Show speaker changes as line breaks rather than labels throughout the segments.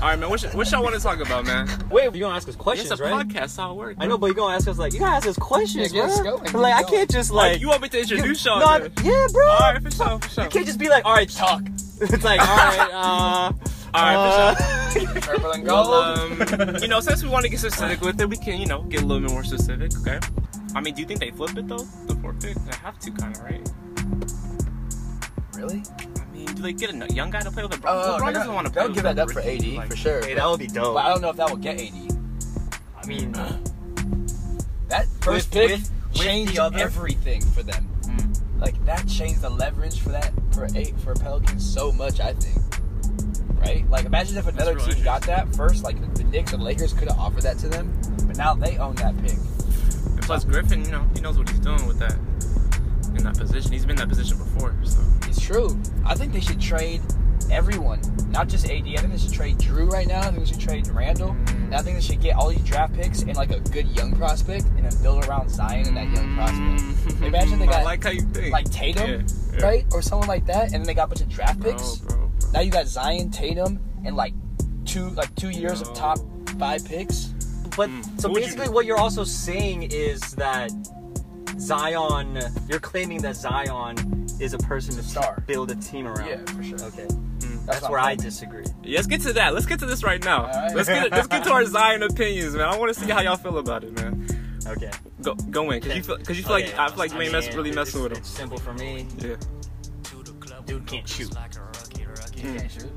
All right, man. What, sh- what y'all want to talk about, man?
Wait, you're gonna ask us questions,
It's a
right?
podcast. It's how it works.
I know, but you're gonna ask us like you gotta ask us questions,
Yeah,
bro.
get us going,
Like I
get
can't just
Like,
like
you want me to introduce
no,
y'all?
I-
then?
yeah, bro.
All right, for sure, for sure.
You can't just be like, all right, talk. it's like, all right, uh,
All right,
uh,
Purple and
for
gold.
sure. Um, you know, since we want to get specific with it, we can, you know, get a little bit more specific. Okay. I mean, do you think they flip it though? The forfeit? They have to, kind of, right?
really?
I mean, do they get a young guy to play with LeBron?
Oh,
LeBron
they'll-
doesn't want to play.
They'll give
with
that up for
rookie,
AD
like-
for sure.
hey, that would be dope.
but I don't know if that will get AD.
I mean,
That
With-
first pick
with- with
changed
the other-
everything for them. Like that changed the leverage for that for eight for Pelicans so much. I think. Right? Like imagine if another
real
team got that first. Like the, the Knicks or the Lakers could have offered that to them, but now they own that pick.
And plus, Griffin, you know, he knows what he's doing with that in that position. He's been in that position before, so
It's true. I think they should trade everyone, not just AD. I think they should trade Drew right now. I think they should trade Randall. And I think they should get all these draft picks and like a good young prospect, and then build around Zion and that young prospect. Like, imagine
Mm-hmm.
they
I
got
like
like,
how you think,
Tatum,
Mm. Yeah, yeah.
right, or someone like that, and then they got a bunch of draft
Bro,
picks.
bro, bro.
Now you got Zion, Tatum, and like two like two years
No.
of top five picks.
but
Mm.
so
What would you
basically,
do?
what you're also saying is that Zion, you're claiming that Zion is a person to
star.
build a team around.
for sure.
Okay,
Mm.
that's,
what
where
I'm
I
hoping.
disagree.
Yeah, let's get to that. Let's get to this right now.
All right.
Let's get let's get to our Zion opinions, man. I want to see how y'all feel about it, man.
Okay,
Go go in, cause you feel cause you feel like I feel like you ain't mess, really messing with him.
It's simple for me.
Yeah.
Dude can't shoot.
Can't shoot.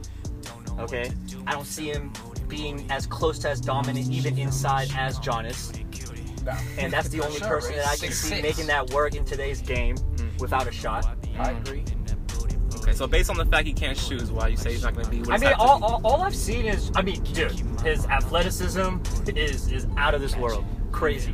Okay, I don't see him being as close to as dominant even inside as Jonas.
No.
and that's the only
Sure,
person that I can
six,
see
six.
making that work in today's game without a shot.
I agree.
Okay, so based on the fact he can't shoot, is why you say he's not gonna be. What
I
does
mean,
that
all,
do?
all, all I've seen is, I mean, dude, his athleticism is is out of this world, crazy.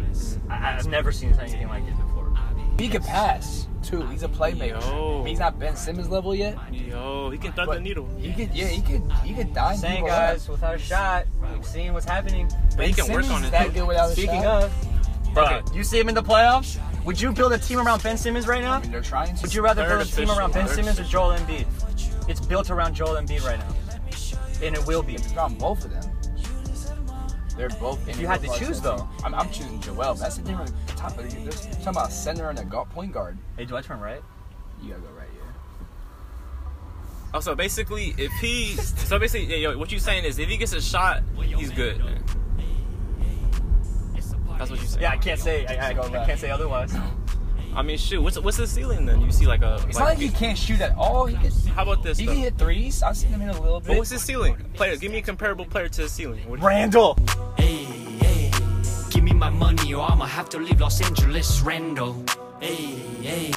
I, I've never seen anything like it before.
He can pass too. He's a playmaker.
Yo.
He's not Ben Simmons level yet.
Yo, he can thread the
But
needle.
He could, yeah, he could, he could die.
Saying guys, without a shot, we've seen what's happening.
But he can work on it.
That
too.
good without a
Speaking
shot.
of, bro,
Okay.
you see him in the playoffs? Would you build a team around Ben Simmons right
I
now?
mean, they're trying to.
Would you rather
Third
build a team around Ben
official.
Simmons or Joel Embiid? It's built around Joel Embiid right now, and it will be.
It's on both of them. They're both.
If you had to choose, though.
I'm, I'm choosing Joel. That's a different top of you. This- Talking about center and a guard, point guard.
Hey, do I turn right?
You gotta go right here.
Oh, so basically, if he, so basically, yeah, yo, what you saying is, if he gets a shot, he's good. That's what you saying.
Yeah, I can't say. I, I,
Go
I
left.
can't say otherwise.
I mean, shoot, what's what's the ceiling then? You see like a.
It's not like he can't shoot at all. He can.
How about this?
He
Though?
can hit threes. I've seen him hit a little
But what's
bit.
his ceiling? Player, give me a comparable player to his ceiling. What do you-
Randall.
Hey, hey, give me my money or I'ma have to leave Los Angeles, Randall. Hey, hey.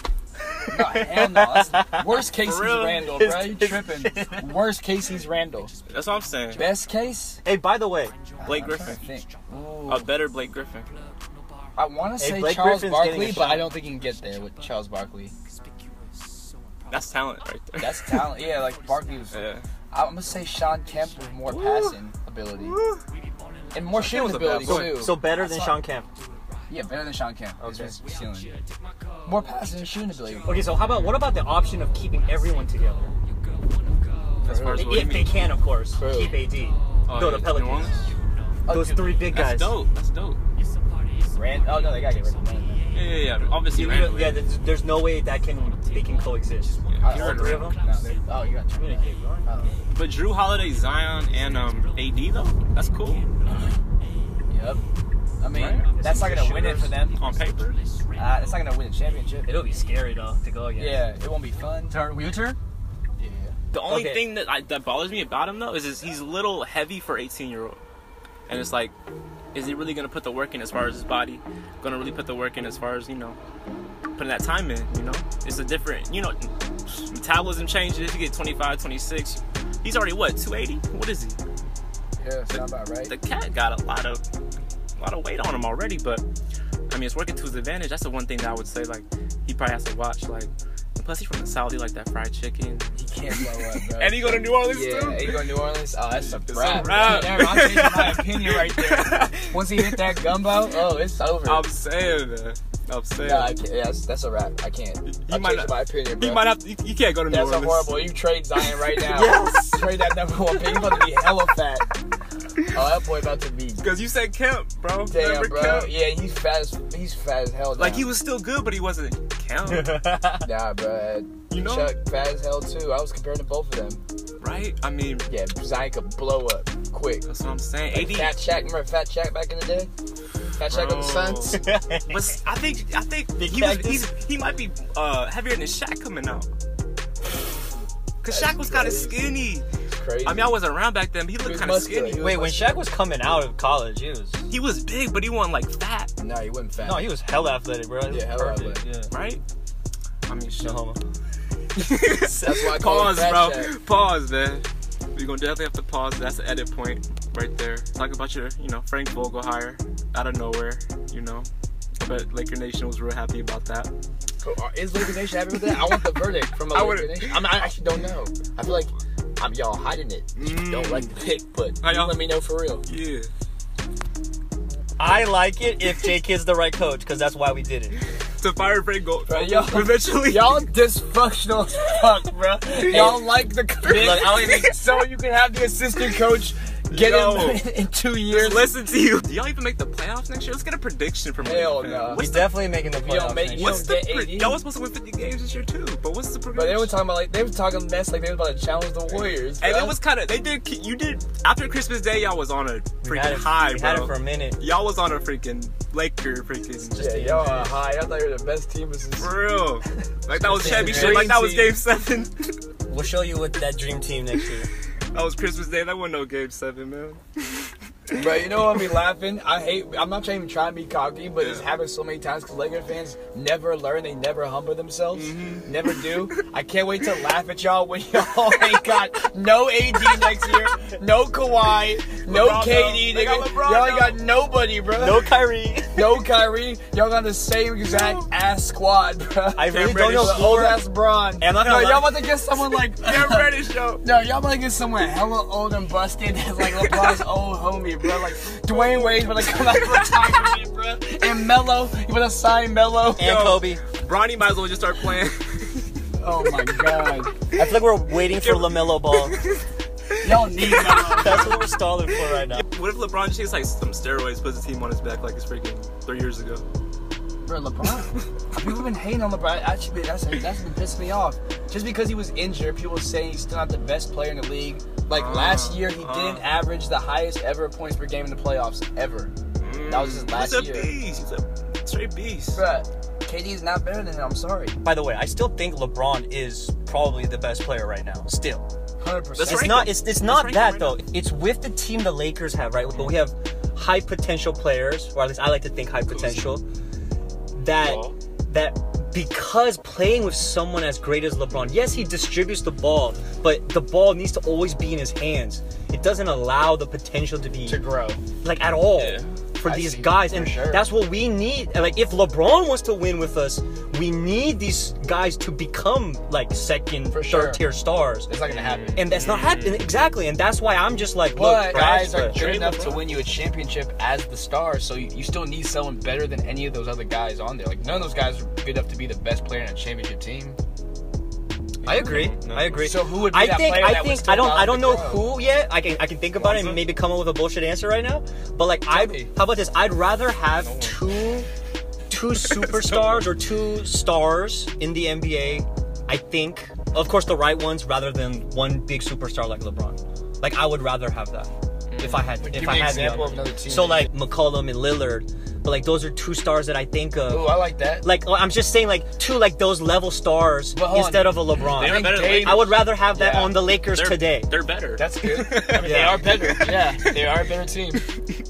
No, hell no. That's- Worst case, he's
For real?
Randall,
His-
bro. You tripping? Worst case, he's Randall.
That's what I'm saying.
Best case,
Hey, by the way,
Blake
I'm trying to
Griffin.
think. Ooh.
A better Blake Griffin.
I want to
Hey,
say
Blake
Charles
Griffin's getting
Barkley,
a
but I
shot.
don't think he can get there with Charles Barkley.
That's talent right there.
That's talent. Yeah, like Barkley was.
Yeah.
I'm gonna say Sean Kemp with more passing ability and more
Kemp was
shooting
a
ability
bad boy.
too.
so better than
That's
Sean
not-
Kemp.
Yeah, better than Sean Kemp. is
Okay.
his ceiling. More passing and shooting ability.
Okay, so how about what about the option of keeping everyone together?
As far as what do you
If they
mean?
can, of course,
True.
keep AD.
Oh, yeah,
Go to
New
Pelicans.
Orleans?
Oh,
Those
dude,
three big
That's
guys.
dope. That's dope.
Rand- oh no, they gotta get rid of him.
Yeah, yeah, yeah. Obviously,
You- you know-
Randall.
yeah, there's, there's no way that can they can coexist.
Yeah.
You're agree with him?
No, they're- oh, you got two. Oh,
But Drew Holiday, Zion, and um, AD though. That's cool
yep. I mean,
Right.
that's not gonna win it for them.
on paper.
Uh, that's not gonna win a championship.
It'll be scary though to go against.
Yeah, it won't be fun.
Turn wheel turn.
Yeah.
The only
Okay.
thing that I, that bothers me about him though is, is he's a little heavy for 18 year old, and it's like, is he really gonna put the work in as far as his body? Gonna really put the work in as far as you know, putting that time in. You know, it's a different. You know, metabolism changes. You get 25, 26. He's already what 280? What is he?
Yeah, sound about right.
The cat got a lot of a lot of weight on him already, but I mean, it's working to his advantage. That's the one thing that I would say. Like, he probably has to watch. Like, and plus he's from the South. He like that fried chicken.
He can't blow up, bro.
And he go to New Orleans
Yeah,
too.
he go to New Orleans. Oh, that's a wrap.
wrap.
Damn, I'm changing my opinion right there. Once he hit that gumbo, oh, it's over.
I'm saying, man. I'm saying.
Nah, I can't. Yeah, that's, that's a wrap. I can't. I
might
changed
not-
my opinion,
he
bro.
might have. To, you, you can't go to New
that's a
Orleans.
horrible. You trade Zion right now.
Yes.
Trade that number one pick. He's about to be hella fat. Oh, that boy about to be.
Because you said Kemp, bro.
Damn,
Remember
bro.
Kemp?
Yeah, he's fat. As, he's fat as hell.
Like
now.
he was still good, but he wasn't Kemp,
Nah, bro.
You know-
Chuck fat as hell too. I was comparing to both of them.
right? I mean,
Yeah, Zion could blow up quick.
that's what I'm saying.
Like
AD,
Fat Shaq, remember Fat Shaq back in the day? Fat Shaq on the
Bro.
Suns.
was, I think I think
Big
he was,
cactus?
he's, he might be uh, heavier than Shaq coming out. Cause
That
Shaq
is
was kind of
crazy.
skinny.
It's crazy.
I mean, I wasn't around back then, but he
He
looked
was
kind of
muscular.
skinny.
He was
Wait, when
muscular.
Shaq was coming out of college, he was
He was big, but he wasn't like fat,
No, he wasn't fat.
no, he was hell athletic, bro. He was
Yeah, hella
perfect. Yeah.
right? I mean, shit.
No homo.
That's
why I call him
pause,
Fat
bro.
Shaq.
Pause, man. We're gonna definitely have to pause. That's the edit point right there. Talk about your, you know, Frank Vogel hire out of nowhere, you know. But Laker Nation was real happy about that.
So, uh, Is Laker Nation happy with that? I want the verdict from a
I
Laker
would've-
Nation. I'm, I actually don't know. I feel like I'm y'all hiding it. You Don't like the pick, but
How
you
y'all-
let me know for real.
Yeah.
I like it if J Kid's the right coach, because that's why we did it.
To fire Frank Vogel
Bro, y'all-
eventually.
Y'all dysfunctional as fuck, bro. Y'all like the pick,
Look, I don't even-
so you can have the assistant coach get
Yo.
him in two
Just
years.
listen to you. Do y'all even make the playoffs next year? Let's get a prediction from
Hell
Laker fans.
nah.
What's
He's Uh, definitely making the
We don't
playoffs.
make-
next
we
year.
what's
don't
the
get
pre-
AD?
y'all was supposed to win 50 games this year too, but what's the prediction?
But they were talking about like they were talking mess, like they were about to challenge the Warriors.
and
bro.
it was kind of they did. You did after Christmas Day, y'all was on a
We
freaking
had it-
high,
we
bro.
had it for a minute.
Y'all was on a freaking Laker freaking
yeah, y'all are high. I thought you were the best team since
for real. Like that was
Just
championship. Like that was
dream
game seven.
We'll show you what that dream team next year.
that was Christmas Day. That wasn't no game seven, man.
Bro, you know what I be laughing? I hate. I'm not trying to try and be cocky, but this happens so many times because Laker fans never learn. They never humble themselves.
Mm-hmm.
Never do. I can't wait to laugh at y'all when y'all ain't got no AD next year, no Kawhi, no
LeBron,
KD.
though. They got
nigga.
LeBron,
y'all ain't got
though.
nobody, bro.
No Kyrie.
no Kyrie. Y'all got the same exact ass squad, bro.
I really
Cam
don't know.
Reddish.
who-
old ass Bron.
I'm not
no,
gonna lie.
y'all about to get someone like
Damn ready show.
no, y'all about to get someone hella old and busted that's like LeBron's old homie, bro. Like Dwayne Wade's about to come out of retirement, bro. And Melo, you want to sign Melo?
And Kobe.
Bronny might as well just start playing.
Oh my god,
I feel like we're waiting for LaMelo Ball.
y'all need Melo.
That's what we're stalling for right now.
what if LeBron takes like some steroids, puts a team on his back like it's freaking three years ago?
Bro, LeBron. People have been hating on LeBron. Actually, that's that's been pissing me off. Just because he was injured, people say he's still not the best player in the league.
Uh,
Like last year, he didn't average the highest ever points per game in the playoffs ever. That was his last
He's Mm, a
year.
beast. He's a straight beast.
Bruh, KD's not better than him. I'm sorry.
By the way, I still think LeBron is probably the best player right now. Still.
100%.
That's
It's
right.
not. It's it's not
rank him
that
right
though. It's with the team the Lakers have, right? But we have high potential players, or at least I like to think high potential. That
Ball.
that because playing with someone as great as LeBron, yes, he distributes the ball, but the ball needs to always be in his hands. It doesn't allow the potential to be
to grow.
like at all
Yeah.
for
I
these
see,
guys,
for
and
sure.
that's what we need. And, Like if LeBron wants to win with us, we need these guys to become like second,
For
third
sure.
tier stars
It's not gonna happen.
and that's not happening exactly and that's why i'm just like look
But
guys,
guys are good
Trade
enough to
LeBron.
win you a championship as the star, so you, you still need someone better than any of those other guys on there. Like none of those guys are good enough to be the best player in a championship team.
i agree i agree
So who would be
i
that
think
player
i
that would
think
still
i don't
allow
i don't
to
know
grow?
who yet i can i can think about it and maybe come up with a bullshit answer right now but like i
me.
how about this i'd rather have two two superstars or two stars in the nba i think of course the right ones rather than one big superstar like lebron like i would rather have that if i had
Hmm.
if
Give me
i
an
had the
example of
opportunity.
another team.
so like mccollum and lillard but like those are two stars that i think of
Ooh, I like that.
like oh, I'm just saying like two like those level stars
But hold on.
instead of a
They
LeBron.
are better.
Dame-
Than
I would rather have that
Yeah.
on the Lakers
they're,
today.
They're better.
that's good. I mean, They
Yeah.
are better. Yeah, they are a better team.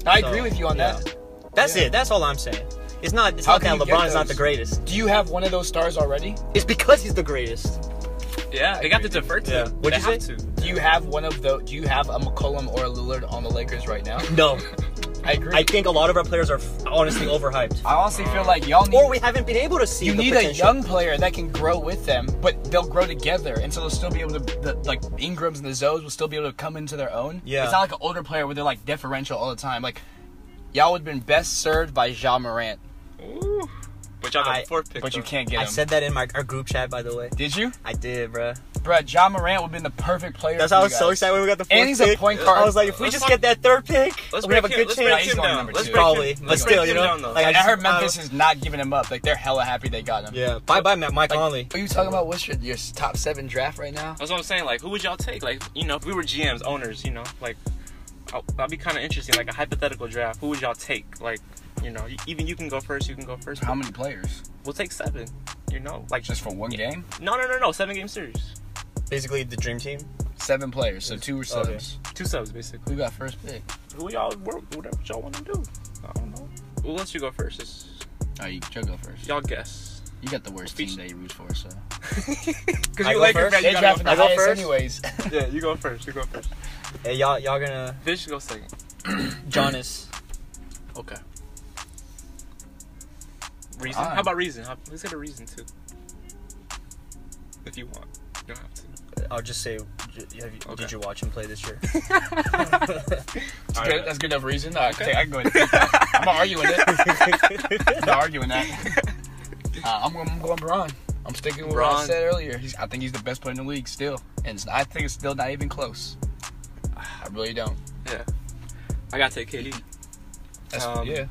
I agree
So,
with you on
yeah.
that.
That's
yeah.
it. That's all I'm saying. It's not. It's
How
not
can
that
you get
LeBron is not
those?
the greatest.
Do you have one of those stars already?
It's because he's the greatest.
Yeah,
they got to defer to.
Yeah.
them.
What'd
They
you say?
have to.
Do you have one of those? Do you have a McCollum or a Lillard on the Lakers right now?
No,
I agree.
I think a lot of our players are f- honestly overhyped,
I honestly feel like y'all need
or we haven't been able to see.
you
the
need a
potential.
young player that can grow with them, but they'll grow together, and so they'll still be able to, the, like Ingrams and the Zoes will still be able to come into their own.
Yeah.
it's not like an older player where they're like deferential all the time. Like y'all would have been best served by Ja Morant,
Ooh. But y'all got
I-
the fourth pick.
but you
though.
can't get
I
him.
said that in my our group chat, by the way.
Did you?
I did, bruh.
bruh, John Morant would have been the perfect player.
That's
for
why I
you
was so
guys.
excited when we got the fourth
And he's a
pick.
point guard.
I was like, if we
Let's
just
fuck-
get that third pick,
Let's
we have a
break him-
good
let's
chance.
break him
He's going
down.
number
Let's
two.
break
Probably,
him-
but
let's break
still,
him
you know,
down, though.
like, I
And I,
just-
heard Memphis
I-
is not giving him up. Like they're hella happy they got him.
Yeah, bye bye Matt Mike
Like,
Conley.
Are you talking about what's your, your top seven draft right now?
That's what I'm saying. Like, who would y'all take? Like, you know, if we were GMs, owners, you know, like, I'll- that'd be kind of interesting. Like a hypothetical draft. Who would y'all take? Like, you know, y- even you can go first. You can go first.
How many players?
We'll take seven. You know, like
Just for one game?
no, no, no, no, seven game series,
Basically, the dream team.
Seven players, so two were
Okay.
subs.
two subs basically.
Who got first pick?
Who y'all work? Whatever y'all want to do. I don't know. Who lets you go first? It's,
Oh, you Joe go first.
y'all guess.
You got the worst
Speech-
team that you root for, so.
Because
I
you
go
like
first?
it,
They
you gotta
drafted
go
the
I go
highest
first?
anyways.
first. Yeah, you go first. You go first.
Hey, y'all, y'all gonna
Fish go second.
Jonas.
Okay. Reason?
Alright.
How about reason? How, let's get a reason too. If you want, you don't have to.
I'll just say, j- have you,
Okay.
did you watch him play this year?
All
Good-
right.
That's good enough reason. I can, take, I can go ahead. and take that. I'm not arguing it. I'm not arguing that. Uh, I'm, going- I'm going Braun. I'm sticking with what I
Bron.
said earlier. He's, I think he's the best player in the league still, and it's, I think it's still not even close. I really don't.
Yeah. I gotta take KD.
That's,
Um,
yeah.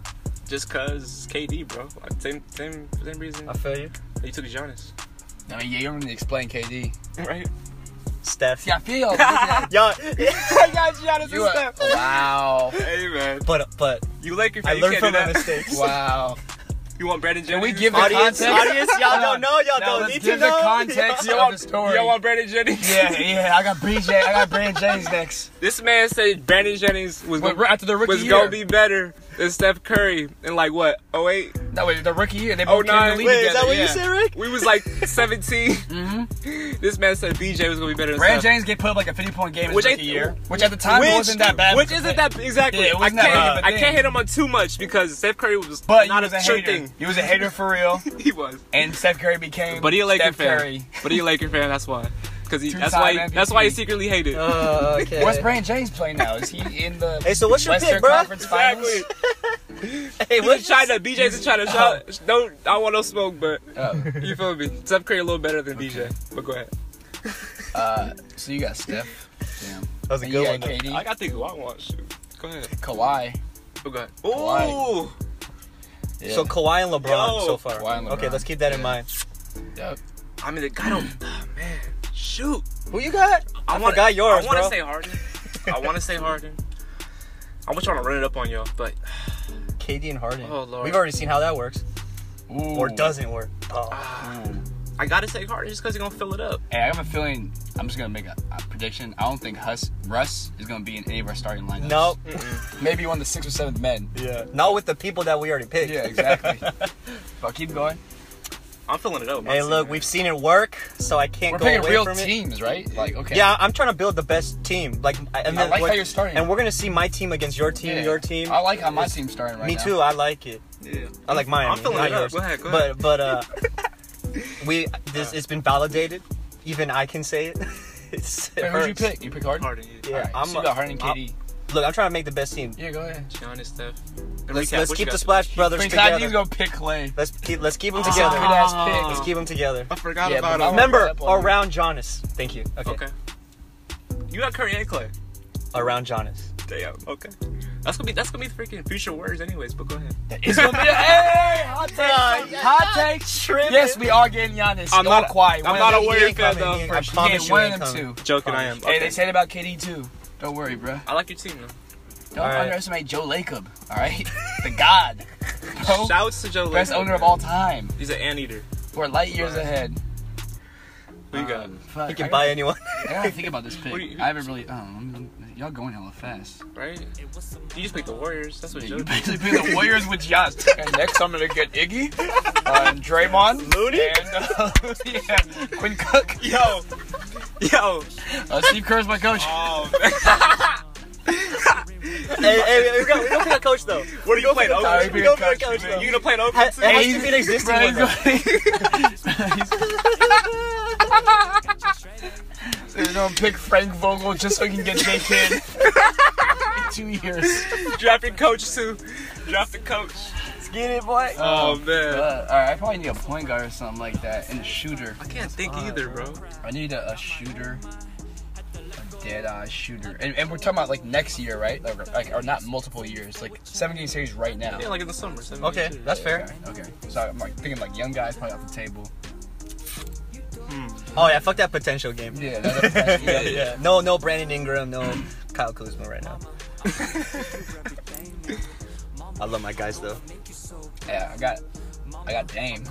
Just cause KD, bro. Like, Same, same, same reason.
I feel you.
You took Giannis,
I mean, yeah, you don't need to explain KD.
right?
Steph.
Yeah, I feel. look at
Y'all, I got Giannis
you
and
are,
Steph.
wow.
Hey man,
But but
you like your
I
you
learned
can't
from
do
my
that.
mistakes.
Wow.
You want Brandon Jennings?
we give the
Audience,
context?
audience, y'all
Hold
don't
on.
know. Y'all
Now,
don't
let's
need
give
to
the
know.
context
You
Y'all-
of
want,
the story.
you want Brandon Jennings?
Yeah, yeah. I got BJ. I got Brandon James next.
This man said Brandon Jennings was
Wait,
gonna,
after the rookie
was
year.
gonna be better than Steph Curry in like what? Oh eight.
No, wait, the rookie year. They
Oh,
both came
nine.
to league
Wait, is
together.
that what
yeah.
you said, Rick?
We was like 17. This man said BJ was gonna be better than
Brandon
Steph.
James get put up like a 50 point game in
Which
his
I-
rookie year, which at the time
Which-
wasn't that bad.
Which isn't that exactly?
Yeah, it
I
wasn't
can't.
that bad of a
I
thing.
can't hit him on too much because Steph Curry was
But
not
he was
a,
a
sure
hater.
thing.
He was a hater for real,
He was.
and Steph Curry became.
But he a Laker
Steph
fan.
Curry.
But he a Laker fan. That's why. Because he.
Two-time
That's why. He,
MVP.
that's why he secretly hated.
Uh, okay.
What's Brandon James playing now? Is he in the
Hey, so what's your
Western
pick, bro?
Conference Finals?
Hey,
He was
what's
trying to. BJ's in China. Shout, don't. I don't want no smoke, but
Oh,
you feel me. Steph Curry a little better than BJ. But go ahead.
uh, so you got Steph, damn,
That was a
And
good
you
one.
got
though.
I
KD,
got to who I want. Shoot. Go ahead.
Kawhi.
But go ahead.
Kawhi.
Ooh.
Yeah.
So Kawhi and LeBron
Yo.
so far.
Kawhi and
Okay,
LeBron.
let's keep that in
Yeah.
mind.
Yup.
I mean, the guy don't. Oh, man. Shoot.
Who you got?
I, wanna,
forgot yours,
I want
bro.
to say Harden. I want to say Harden. I'm trying to run it up on y'all, but
KD and Harden.
Oh, Lord.
We've already seen how that works
Ooh. Ah,
or doesn't work. Oh.
Ooh.
I gotta say Harden just because he's gonna fill it up.
Hey, I have a feeling. I'm just gonna make a, a prediction. I don't think Hus, Russ is gonna be in any of our starting lineups.
No.
Maybe one of the sixth or seventh men.
Yeah. Not with the people that we already picked.
Yeah, exactly. but keep going.
I'm filling it up. my
Hey,
team,
look,
man.
we've seen it work, so I can't
We're
go away
picking real
from it.
teams, right? Like, okay.
Yeah, I'm trying to build the best team. Like, I- and
I
then
like
what-
how you're starting.
And we're gonna see my team against your team,
Yeah.
your team.
I like how my team's starting right
Me
now.
too. I like it.
Yeah.
I like mine.
I'm filling
not
it up.
yours.
Go ahead, go
But but uh, we this it's been validated. Even I can say it. it's, it
Wait, who'd you
hurts.
pick? You pick Harden.
Harden, yeah.
Yeah,
Alright,
I'm.
so you got Harden and
I'm-
KD.
look, I'm trying to make the best team.
yeah, go ahead.
Giannis, Steph. And
Let's,
recap,
let's
what
keep
you
the
got?
Splash Brothers
Prince, I need to
together.
go pick Clay.
Let's keep let's keep them
That's
together.
a good ass pick.
Let's keep them together.
I forgot
Yeah,
about
but
him.
my-
Remember,
up on you.
around Jonas. Thank you. Okay.
Okay. You got Curry and Clay.
Around Jonas.
Damn. Okay. That's gonna be that's gonna be freaking future words, anyways. But go ahead.
It's gonna be a hey, hot take. hot take.
Tripping.
Yes, we are getting Giannis.
I'm
or
not-
Kawhi.
I'm
One
not
of
a
them.
Warrior fan,
coming,
though,
he ain't-
for
I
sure.
Yeah,
promise you,
one
he
of
ain't
them
coming.
two.
Joking, I am.
Hey,
Okay.
they said about KD too. Don't worry, bro.
I like your team though.
Don't
All right.
underestimate Joe Lacob. All right, the God, bro,
Shouts to Joe.
best
Lacob,
owner of
man.
all time.
He's an anteater.
We're light years
Right.
ahead.
Who you got?
Um, fuck,
You
I
can
gotta-
buy anyone.
I gotta think about this pick.
What do you-
I haven't really. Um, y'all going hella fast.
Right? You just picked the Warriors. That's what
Yeah,
Joe.
you basically play the Warriors with Giannis. And next, I'm gonna get Iggy, uh, and Draymond,
Looney?
and uh, yeah, Quinn Cook.
Yo. Yo.
Uh, Steve Kerr's my coach.
Oh.
hey, hey, we got we gonna pick a coach though.
What are you playing?
Sorry,
Open?
we
You
gonna pick a coach though.
gonna play an open?
Ha-
too?
it has to be an existing
Bro,
one.
he's
though.
So you're gonna pick Frank Vogel just so you can get Jay Kidd in two years.
Drafting coach too. Draft the coach.
Get it, boy.
Oh, man.
Uh, all right, I probably need a point guard or something like that, and a shooter.
I can't think either, bro.
I need a, a shooter, a dead eye shooter, and, and we're talking about like next year, right? Like, like or not multiple years, like seven game series right now.
Yeah, like in the summer. seven
Okay,
games, yeah.
that's fair.
Okay, okay. So I'm like thinking like young guys probably off the table.
Oh yeah, fuck that potential game.
Yeah, that's a-
Yeah, yeah. No, no Brandon Ingram, no Kyle Kuzma right now. I love my guys though.
yeah. I got, I got Dame,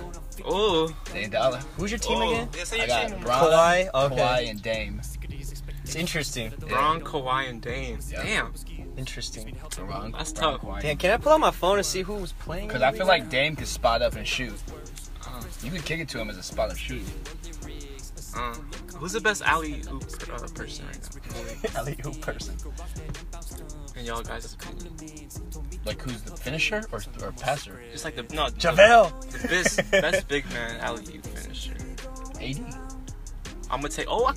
Oh,
Dame Dollar.
Who's your team
oh.
again?
Yeah, say
I
your
got
team.
Bron,
Kawhi, okay.
Kawhi, and Dame.
It's interesting.
Bron, Kawhi, and Dame.
Yeah.
Damn.
Interesting.
Bron,
That's
Bron,
tough.
Kawhi,
Damn, can I pull out my phone and see who's playing?
Because I feel like Dame could spot up and shoot. You could kick it to him as a spot up shooter.
Uh, who's the best alley oop uh, person right now?
Alley oop person.
In y'all guys' opinion,
Like who's the finisher or, or passer?
just like the no the-
JaVale.
the best best big man alley oop finisher.
AD.
I'm gonna take. Oh, I,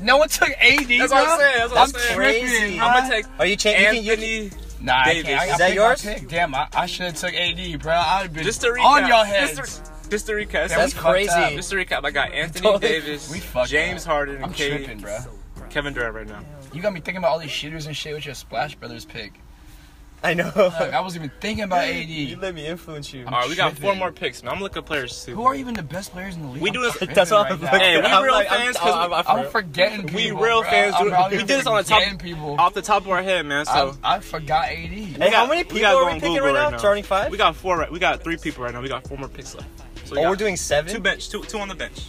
No one took AD.
that's what I'm saying. That's what I'm saying.
crazy.
I'm gonna take
Are you changing? You can, you,
Anthony.
Nah, I
Davis.
can't. I
Is
got
that
picked my
yours?
pick. Damn, I, I should have took AD, bro. I'd have been
Just to recap.
on your heads.
Just to, just to recap.
That
that's
That's
we fucked
crazy.
up.
just to recap. I got Anthony
Totally.
Davis,
We fucked
James
up.
Harden,
I'm
and K-
tripping, bro.
Kevin Durant right now.
You got me thinking about all these shooters and shit with your Splash Brothers pick.
I
Fuck,
know.
I wasn't even thinking about
you
AD.
let me influence you.
All right, we got
tripping.
four more picks, man. I'm looking at players too.
Who are even the best players in the league?
We
I'm
do this-
tripping
That's all
right
I'm
now.
looking
Hey, we
I'm
real
like- I'm-
fans
I'm-
because
I'm-
I'm forgetting people.
we real
bro.
fans.
I'm
dude.
out
we
here
did this on the top,
forgetting people.
off the top of our head, man. So
I, I forgot AD.
Hey,
We
how
got-
many
we
people
gotta go
are we
on
picking
Google
right now?
right now.
25?
we got four. Right, we got three people right now. We got four more picks left. So we
oh,
got
we're doing seven?
two bench, two two on the bench.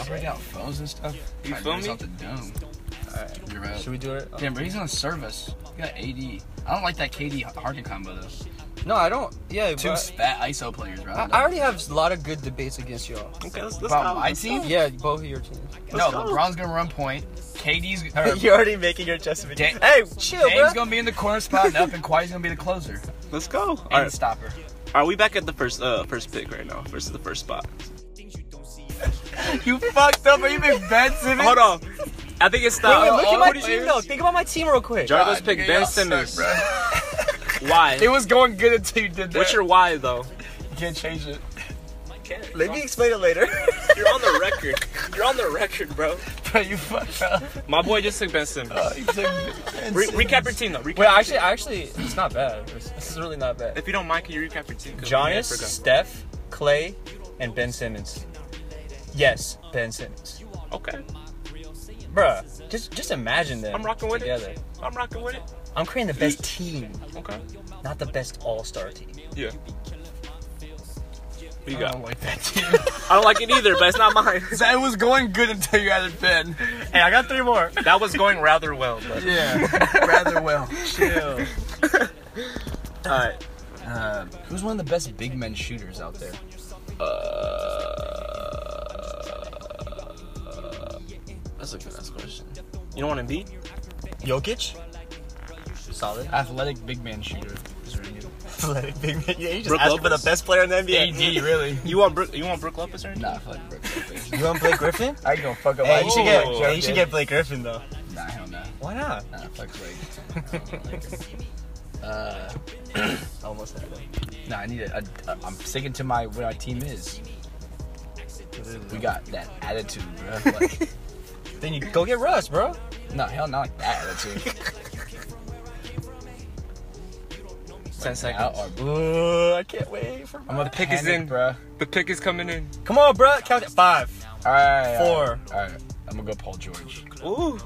I'm writing down phones and stuff.
You
Trying to
feel
do this
me?
Off the dome. Alright, you're right.
Should we do it?
Damn, bro, he's on service. He got AD. I don't like that KD Harden combo though.
No, I don't. Yeah,
Two
but
spat ISO players, bro.
I, I already have a lot of good debates against y'all.
Okay, let's let's
About
go.
my team?
Yeah, both of your teams.
No,
Let's go.
LeBron's gonna run point. KD's or,
You're already making your justification.
Da-
Hey, chill,
Dame's
bro.
gonna be in the corner spotting up, and Kawhi's gonna be the closer
Let's go. All
and the
right,
stopper.
are we back at the first uh first pick right now? Versus the first spot.
You fucked up. Are you big Ben Simmons?
Hold on, I think it's
Wait,
stopped.
wait, look at my
What did you-
team though. Think about my team real quick.
Jarvis
God,
picked
nigga,
Ben
y'all suck,
Simmons.
bro. It
Why?
was going good until you did that.
What's your why though?
You can't change it.
Let me explain it later.
You're on the record. You're on the record, bro.
Bro, you fucked up.
My boy just took Ben Simmons.
You took Ben
Re-
Simmons.
recap your team though. Recap
Wait,
your
actually,
team.
actually, it's not bad. It's, it's really not bad.
if you don't mind, can you recap your team? 'Cause we may have
Giannis,
forgot.
Steph, Clay, and Ben Simmons. Yes, Ben Simmons.
Okay,
Bruh, just just imagine that.
I'm rocking with
together.
it. I'm rocking with it.
I'm creating the best team,
Okay.
not the best all-star team.
Yeah. What you
I
got?
don't like that team.
I don't like it either, but it's not mine.
That was going good until you added Ben.
hey, I got three more. That was going rather well, but.
Yeah, rather well.
Chill.
Alright.
Uh, who's one of the best big men shooters out there?
That's a good ass question. You don't want to be?
Jokic. Solid.
Athletic big man shooter. Is there any?
Athletic big man. Yeah, you just
Brook
asked for the
Lopez.
best player in the NBA.
AD, really?
You want Brook, you want Brook Lopez or anything?
Nah, fuck Brook Lopez.
You want Blake Griffin?
I ain't gonna fuck up.
Hey,
my-
you should get,
Oh,
hey, you should get Blake Griffin though.
Nah, hell nah.
Why not?
Nah, fuck Blake. uh,
Almost had it.
nah, I need a, a. I'm sticking to my what our team is. We got that attitude, bro. Like,
Then you go get Russ, bro.
no, hell not like that attitude.
10
Now,
seconds.
or,
Ooh, I can't wait for.
I'm gonna
pick is
panic,
in.
bro.
The pick is coming in.
Come on, bro. Count it. Five.
All right,
Four.
All right, I'm gonna go Paul George.
Ooh.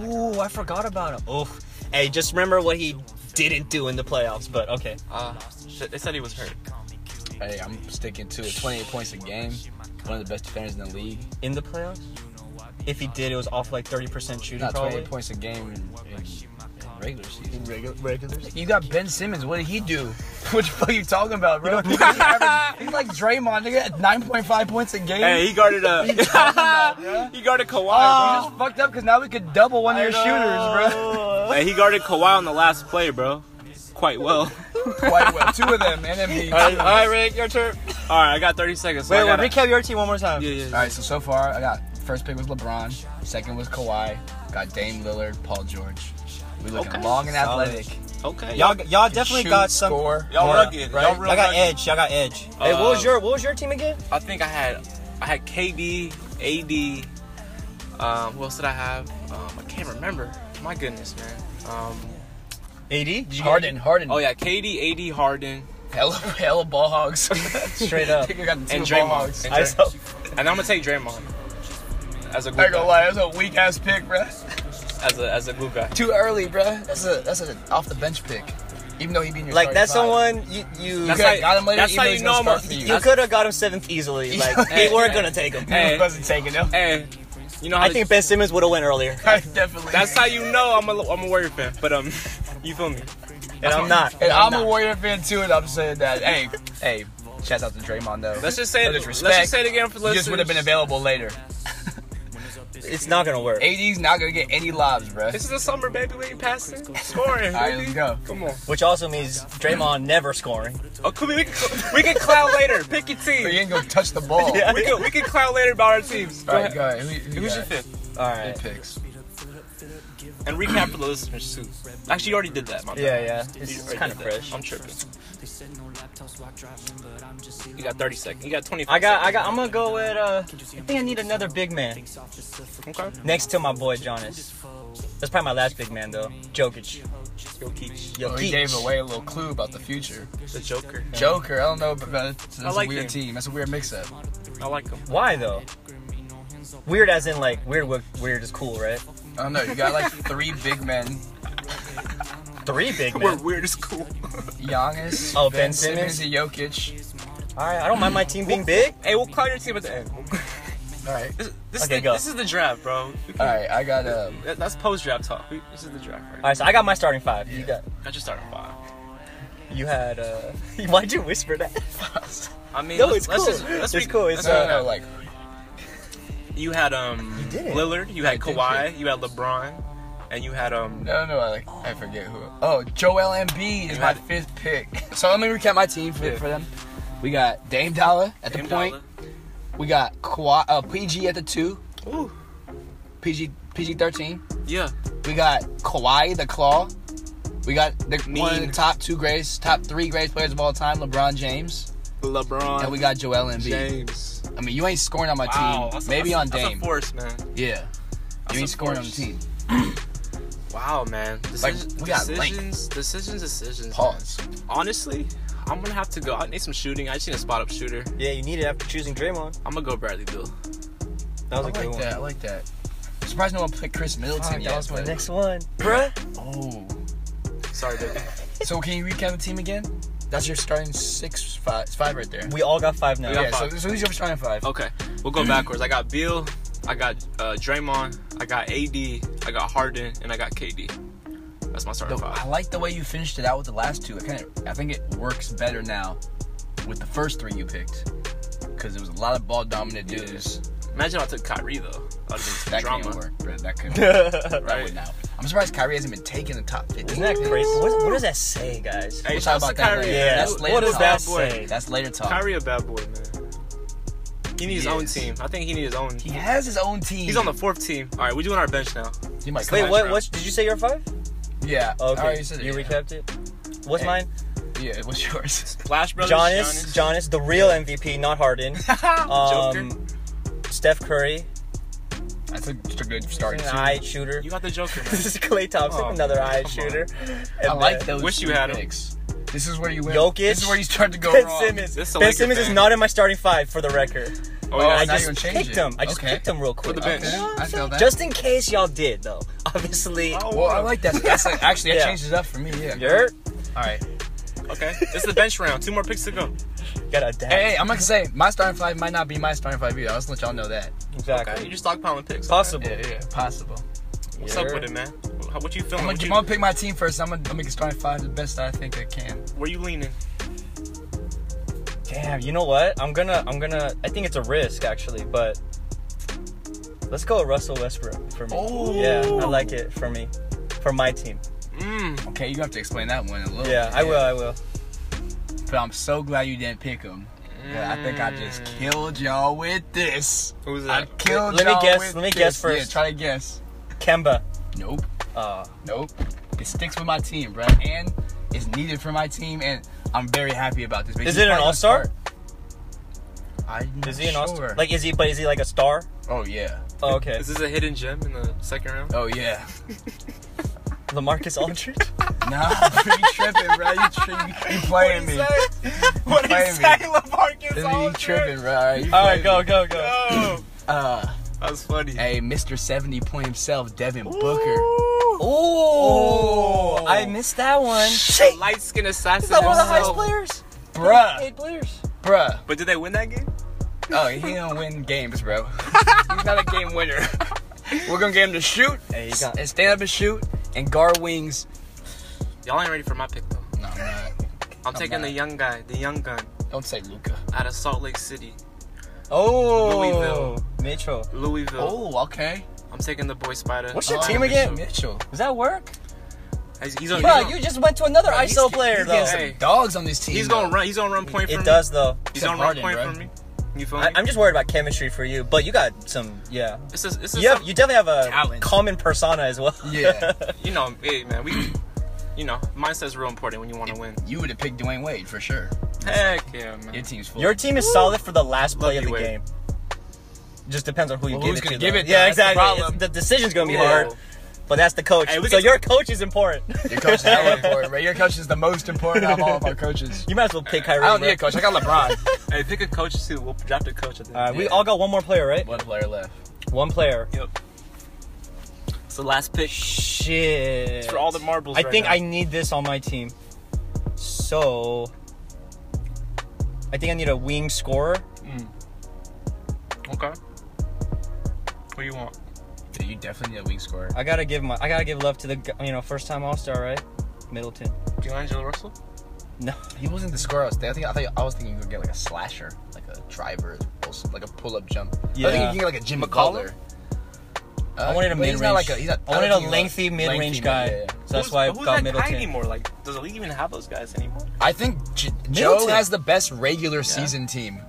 Ooh, I forgot about him. Oof. Hey, just remember what he didn't do in the playoffs. But okay.
Uh, shit, they said he was hurt.
Hey, I'm sticking to it. 28 points a game. One of the best defenders in the league.
In the playoffs, if he did, it was off like thirty percent shooting.
Not
probably.
28 points a game in, in, in regular season.
Regular, regulars.
You got Ben Simmons. What did he do? What the fuck you talking about, bro? he's, like Draymond. Nigga, at 9.5 points a game.
Hey, he guarded uh he guarded
Oh. You
Kawhi,
just fucked up because now we could double one of your shooters, bro.
bro. Hey, he guarded Kawhi on the last play, bro. Quite well.
Quite well. Two of them. And Embiid.
All right, all right,
Rick, your turn. Wait,
Alright, I got 30 seconds. So I
wait,
gotta-
recap your team one more time.
Yeah, yeah,
All right, so so far, I got first pick was LeBron, second was Kawhi, got Dame Lillard, Paul George. We looking
Okay.
long and athletic.
Okay.
Y'all, y'all definitely
shoot,
got some.
score.
Y'all
Yeah.
rugged. Y'all
I
real
got
rugged.
edge. Y'all got edge.
Hey, what was Um, your-
what was your team again?
I think I had I had KD, AD. Um, who else did I have? Um, I can't remember. My goodness, man. Um,
AD. Did you get
Harden, Harden.
oh yeah, KD, AD, Harden,
hella, hella ball hogs.
Straight up.
I think I got two
and
ball
Draymond.
hogs.
And,
I
Dray-
saw-
and I'm gonna take Draymond as a glue
I ain't
guy.
gonna lie, that's a weak ass pick, bruh.
As a as a glue guy.
Too early, bruh. That's a that's an off the bench pick. Even though he been your
Like that's
starting five.
someone you you
That's
could
how,
have got him later,
that's
even
how
though
you
he's
know I'm
gonna
a,
start for you.
you could have got him seventh easily. Like
Hey.
they weren't gonna take him.
Hey.
wasn't taking him.
Hey, you know how
I
the-
think Ben Simmons would have went earlier,
I definitely.
that's how you know I'm a I'm a Warrior fan. But um, you feel me?
and I'm not.
And I'm a
not.
Warrior fan too, and I'm saying that. Hey, hey, shout out to Draymond though.
Let's just say
No
it. Let's
disrespect.
just say it again for
He
listeners.
just would have been available later.
It's not gonna work.
AD's not gonna get any lobs, bruh.
This is the summer, baby. We ain't passing, scoring.
All right, let's
baby.
go.
Come on.
Which also means Draymond never scoring.
Oh, could we, we, can, we can clown later. Pick your
But
team.
you ain't gonna touch the ball.
Yeah.
Oh, We can we can clown later about our teams. Go
All
ahead.
right, go ahead. Who, who
Who's your
got it?
fifth?
All right.
picks?
And recap for the listeners too. Actually, you already did that. My bad.
Yeah, yeah.
You
It's
already
kind of
did that.
fresh.
I'm tripping. You got 30 seconds. You got 25.
I got, I got. I'm gonna go with. Uh, I think I need another big man
seconds. Okay.
next to my boy Jonas. That's probably my last big man though. Jokic.
Yo, Keach,
Yo,
Well, he gave away a little clue about the future.
the Joker.
Joker, I don't know, but that's,
I
that's
like
a weird
that.
team. That's a weird mix-up.
I like him.
Why though? Weird as in like weird. wi- Weird is cool, right?
I don't know. You got like three big men:
Three big men.
weird as cool.
Giannis,
Oh, Ben
and Jokic.
All right. I don't mind my team being big.
Hey, we'll clown your team at the end.
All right,
This, this,
Okay,
is, the,
go.
this is the draft, bro. We
all
can-
right. I got um.
that- That's post draft talk. We- This is the draft. Right?
All right. So I got my starting five. You got.
I just started five.
You had. uh Why'd you whisper that?
I mean,
No,
let's,
it's
let's
cool.
just let's
It's
re-
cool. It's
let's
No, no,
recap.
no, like
You had um
did it.
Lillard, you had
I did
Kawhi, you had LeBron, and you had um
no, no, I like I forget who. Oh, Joel Embiid is
You
my
had-
fifth pick. So let me recap my team for, for them. We got Dame Dalla at the
Dame
point.
Dollar.
We got Kawhi, uh, PG at the two.
Ooh.
PG PG thirteen.
Yeah.
We got Kawhi the Claw. We got the, one of the
Mean.
top two greatest, top three greatest players of all time, LeBron James,
LeBron.
and we got Joel Embiid.
James.
I mean, you ain't scoring on my
Wow.
team.
that's a-
Maybe
that's,
on
that's
Dame.
a force, man.
yeah,
That's
you
a
ain't scoring on the
force.
team.
Wow, man.
Like,
Decision-
we got
decisions,
length.
decisions, decisions.
Pause.
man. Honestly, I'm gonna have to go. I need some shooting. I just need a spot up shooter.
Yeah, you need it after choosing Draymond.
I'm gonna go Bradley Bill.
That was
I
a good
like
one.
Oh
that. I like that. I'm surprised no one picked Chris Middleton
Fuck,
yet.
that was my
but-
next one, bruh.
Oh.
Sorry, baby.
So can you recap the team again? That's your starting six, five, it's five right there.
We all got five now.
got
yeah. So,
five.
so who's your starting five?
Okay, we'll go backwards. I got Bill, I got uh, Draymond, I got AD, I got Harden, and I got KD. That's my starting
The-
five.
I like the way you finished it out with the last two. It kind of, I think it works better now with the first three you picked because it was a lot of ball dominant dudes.
Imagine if I took Kyrie though. That would have been some
That can't
drama.
work, bro. That couldn't. work.
Isn't
That
Right.
would not. I'm surprised Kyrie hasn't been taking the top 50.
that crazy? What, what does that say, guys?
Hey,
We'll
shout
talk
out to
about that
Kyrie.
later.
Yeah.
That's later
What does that
talk.
say?
That's later talk.
Kyrie a bad boy, man. Oh. He needs his
He
own
is.
team. I think he needs his own.
He has his own team.
He's on the fourth team. All right, we're doing our bench now.
He might
Wait,
come
what?
round.
What did you say? Your five?
back. Yeah.
Oh, Okay,
Alright, said it,
you
yeah.
recapped it. What's
Hey.
mine?
Yeah. What's yours?
Flash Brothers.
Jonas, Jonas, the real MVP, not Harden.
Joker.
Um, Steph Curry,
That's a, just a good
an
starting two.
eye shooter.
You got the Joker. Man.
This is Clay Thompson,
Oh,
another
man,
eye
come
shooter.
I
And
like
then
those.
Wish you
three
had him.
picks. This is where you went.
Jokic,
This is where you start to go
Ben
wrong.
Simmons.
This is a
Ben
Laker
Simmons is
fan.
not in my starting five for the record.
Oh yeah,
I
now
just
you're gonna change
picked
it.
him. I just
Okay.
picked him real quick.
the bench.
Okay, I feel that.
Just in case y'all did though. Obviously.
Oh,
Well, I like that. That's like, actually that
Yeah.
changes up for me. Yeah.
You're
All right.
Okay, it's the bench round. Two more picks to go.
gotta adapt.
Hey, hey, I'm not gonna say my starting five might not be my starting five either. I'll just let y'all know that.
exactly.
Okay, you just stockpiling picks. okay?
Possible.
yeah, possible.
What's
Yeah.
up with it, man? How, what you feeling?
I'm gonna,
What
I'm
you-
gonna pick my team first. I'm gonna, I'm gonna make a starting five the best I think I can.
where you leaning?
Damn, you know what? I'm gonna, I'm gonna. I think it's a risk actually, but let's go with Russell Westbrook for me. Yeah, I like it for me, for my team.
Mm.
Okay, you have to explain that one a little.
Yeah,
bit,
I will, I will.
But I'm so glad you didn't pick him. Yeah, I think I just killed y'all with this.
Who's
I
that?
killed
Let me
y'all
guess-
with
let me
this.
guess
Yeah,
first.
try to guess.
Kemba.
Nope.
Uh,
Nope. It sticks with my team, bro, and it's needed for my team, and I'm very happy about this.
Is it an all-star?
I'm
Is he an
sure.
all-star? Like, is he? But is he like a star?
oh yeah,
Oh, okay.
Is this a hidden gem in the second round?
oh yeah.
Lamarcus Aldridge.
Nah, you tripping, bro? You tripping? You playing me?
what
did he Miami. say,
Lamarcus
You tripping, bro? All right, you
All right,
playing
go, go,
me.
go.
Uh,
Oh, That's funny.
hey, Mr. 70 point himself, Devin Booker.
Oh, I missed that one. Shit.
Light skin assassin.
Is that one of the highest
himself.
players?
Bruh,
Eight players.
bruh.
But did they win that game?
Oh, he don't win games, bro. He's not a game winner. We're gonna get him to shoot
Hey, you got-
and stand up and shoot and guard wings.
Y'all ain't ready for my pick though.
No, I'm not.
I'm taking the
not.
young guy, the young gun,
Don't say Luca.
out of Salt Lake City,
Oh,
Louisville.
Mitchell.
Louisville.
Oh, okay.
I'm taking the boy Spider.
What's your
Oh,
team again?
Mitchell.
Does that work?
He's, he's on.
Bro,
he's on-
you just went to another
Bro, he's
ISO
get-
player
he's getting
though.
some-
Some dogs on this team.
he's
though.
gonna run. He's gonna run point for
It
me.
does though.
He's gonna run
Harden,
point
bro.
for me. You feel me?
I, I'm just worried about chemistry for you, but you got some. Yeah.
it's just, it's just
You have.
some-
You definitely have a
Talent.
common persona as well.
Yeah.
you know, hey man, we, you know, mindset's real important when you want to win.
You would have picked Dwayne Wade for sure.
Heck yeah, man.
Your team's full.
Your team is solid for the last play
Love
of
you,
the
Wade.
game. Just depends on who you
Well,
give
who's
it
gonna
to.
give
though.
it, though?
yeah,
That's the
exactly. It's-
problem.
The, decision's gonna be
Yeah.
hard, but that's the coach.
Hey, we
so
can-
your coach is important.
Your coach is hella important, right? Your coach is the most important of all of our coaches.
you might as well pick Kyrie.
I don't
bro.
need a coach. I got LeBron.
Hey, pick a coach too. We'll draft a coach. I think.
All right, Uh, we
Yeah.
all got one more player, right?
One player left.
One player.
It's the last pick
Shit.
for all the marbles.
I
right
think
now.
I need this on my team. So I think I need a wing scorer.
Okay. What do you want?
Dude, you definitely need a wing scorer.
I gotta give my I gotta give love to the g- you know first time All Star, right? Middleton.
D'Angelo Russell?
No,
He wasn't the scorer. I was thinking. I, think, I was thinking you could get like a slasher, like a driver, or s- like a pull-up jump. I think
Yeah.
you can get like a Jimmy
McCollum?
Butler. Uh,
I wanted a
but
mid
he's not
range.
Like a, he's not,
I wanted
don't
a
think he's
lengthy mid range
lengthy
guy.
mid- yeah, yeah.
So that's
Who's-
why I
who's
got
that
Middleton.
guy anymore? Like, does the league even have those guys anymore?
I think J- Joe
Middleton.
has the best regular season team.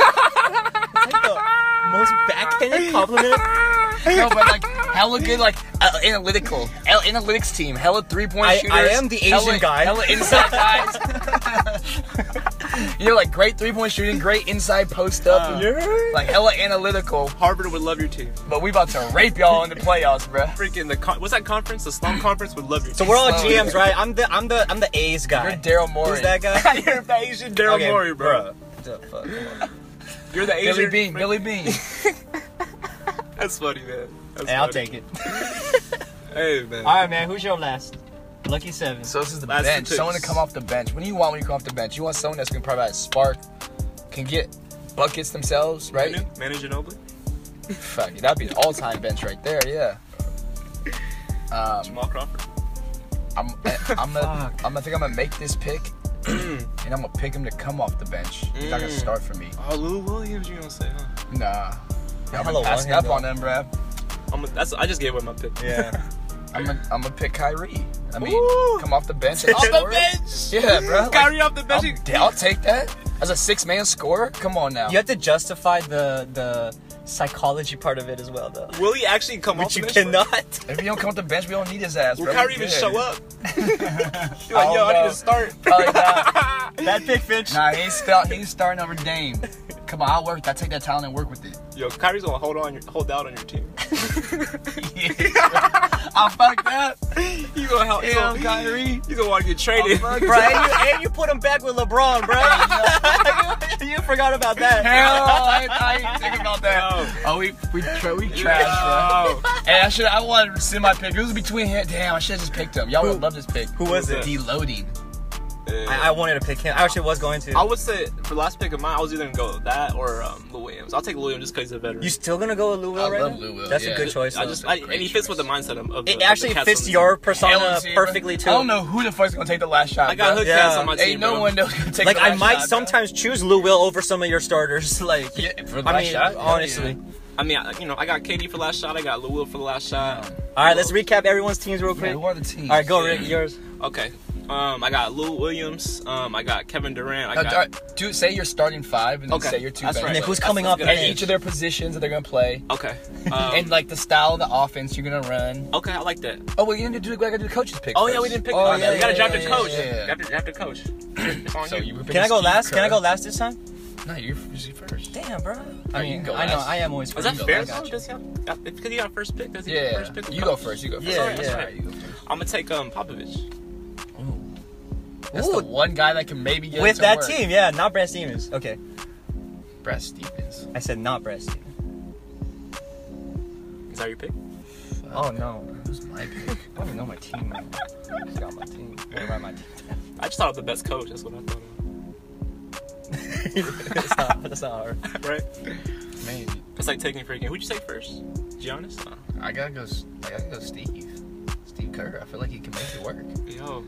Like the most backhanded compliment.
No, but like hella good, like uh, analytical, hell, analytics team, hella three point
I-
shooters.
I am the Asian
hella-
guy.
Hella inside guys. You're like great three point shooting, great inside post up,
Uh,
like hella analytical.
Harvard would love your team.
But we about to rape y'all in the playoffs, bruh.
Freaking the con- what's that conference? The Slum Conference would love your
So
team.
we're all
Slow.
GMs, right? I'm the I'm the I'm the A's guy.
You're Daryl Morey.
Who's that guy?
You're the Asian Daryl
Okay,
Morey, bro.
The fuck?
You're the Asian.
Billy Bean, Billy Bean.
That's funny, man. That's
Hey, I'll
funny.
take it.
Hey, man.
All right, man. Who's your last? Lucky seven.
So this is the
Last
bench.
two picks.
Someone to come off the bench. What do you want when you come off the bench? You want someone that's gonna provide a spark, can get buckets themselves, right?
Manu, Manu Ginobili,
Fuck, that'd be an all-time bench right there. Yeah. Um,
Jamal Crawford.
I'm, I'm gonna, I'm gonna think I'm gonna make this pick, and I'm gonna pick him to come off the bench. He's not gonna
Mm.
start for me.
Oh, Lou Williams, you gonna say? Huh?
Nah. I'm
hella
gonna pass
want him,
up
though.
on him, bruh.
I'm a, that's I just gave away my pick.
Yeah.
I'm gonna, I'm gonna pick Kyrie. I mean,
Ooh.
come off the bench. and score.
bench.
Yeah, bro. Like,
Kyrie off the bench.
I'm, d- I'll take that as a six-man scorer. Come on now.
You have to justify the the psychology part of it as well, though.
Will he actually come off
Which you
the bench? bro?
cannot.
If you don't come off the bench, we don't need his ass.
Will
bro.
Kyrie
We
even
good.
show up? He's
I
like,
don't
yo, I
know.
need to start.
Probably not.
Bad pick, Finch.
Oh, nah, he's still he's starting over Dame. Come on, I'll work. I take that talent and work with it.
Yo, Kyrie's gonna hold on, your, hold out on your team.
I'll Ah, fuck that.
You gonna help? you
Damn,
gonna-
Kyrie.
You gonna want to get traded?
fuck.
bro, and you, and you put him back with LeBron, bro. you forgot about that.
Hell, I, I didn't think about that.
No.
Oh, we we tra- we trash,
Oh,
bro. Hey, I should I wanted to send my pick. It was between him. Damn, I should have just picked him. Y'all
Who-
would love this pick.
Who was it?
Deloading.
I, I wanted to pick him. I actually was going to.
I would say for last pick of mine, I was either gonna go with that or um, Lou Williams. I'll take Lou Williams just because he's a veteran.
you still gonna go with Lou Will
I
right
love
now?
Lou Will,
That's
yeah.
a good choice.
I
though.
just, I, and
great
he fits with the
choice.
mindset of. of the,
it actually
the cats on
fits
the
your
team.
persona
Hell, see, bro.
perfectly too.
I don't know who the fuck's gonna take the last shot.
I got
bro.
hood
Yeah.
cats on my team.
Ain't no
bro.
one knows who take
Like
the
I
last
might
shot, bro.
sometimes choose Lou Will over some of your starters. Like,
Yeah, for the
I
last
mean,
shot, hell
honestly.
I mean, I, you know, I got Katie for last shot. I got Lou Will for the last shot.
Oh.
All right, let's recap everyone's teams real
Yeah,
quick.
who are the teams?
All right, go Rick, yours.
Okay, Um, I got Lou Williams. Um, I got Kevin Durant. I
Now,
got.
alright, do say your starting five, and then
Okay,
say your two.
that's
bench
right.
And then who's
players.
coming up?
good.
and
Yeah.
each of their positions that they're gonna play,
Okay. Um,
and like the style of the offense you're gonna run.
okay, I like that.
Oh, well, you didn't do. I gotta do the coaches pick.
Oh yeah,
first.
we didn't pick.
Oh,
Oh,
yeah,
we gotta
yeah,
draft
yeah,
a coach.
yeah, yeah.
We have to draft a coach. It's on
So
you.
you were
Can I
picking
go
Steve
last? Can I
Kerr.
go last this time?
No, you're you're first.
Damn, bro.
Oh, you can go
I know.
last.
I am always
Is
first.
that
You go
fair?
last.
though? Does he have- Because he got first pick. Does he
Yeah,
get first pick?
you go first. You go first.
Yeah,
Sorry, that's
yeah.
right. I'm gonna take um Popovich.
That's
Ooh.
the one guy that can maybe get
With
it to
that
work.
team, yeah, not Brad Stevens. Okay,
Brad Stevens.
I said not Brad Stevens.
Is that your pick?
Oh no,
Who's my pick?
I don't even know my team. Man.
I got my team. I'm gonna write my team.
I just thought of the best coach. That's what I thought. of.
that's, not, that's not hard.
Right?
Maybe
It's like taking freaking. Who'd you take first? Giannis. Uh, No.
I gotta go. s- I gotta go Steve. Steve Kerr. I feel like he can make it work.
Yo,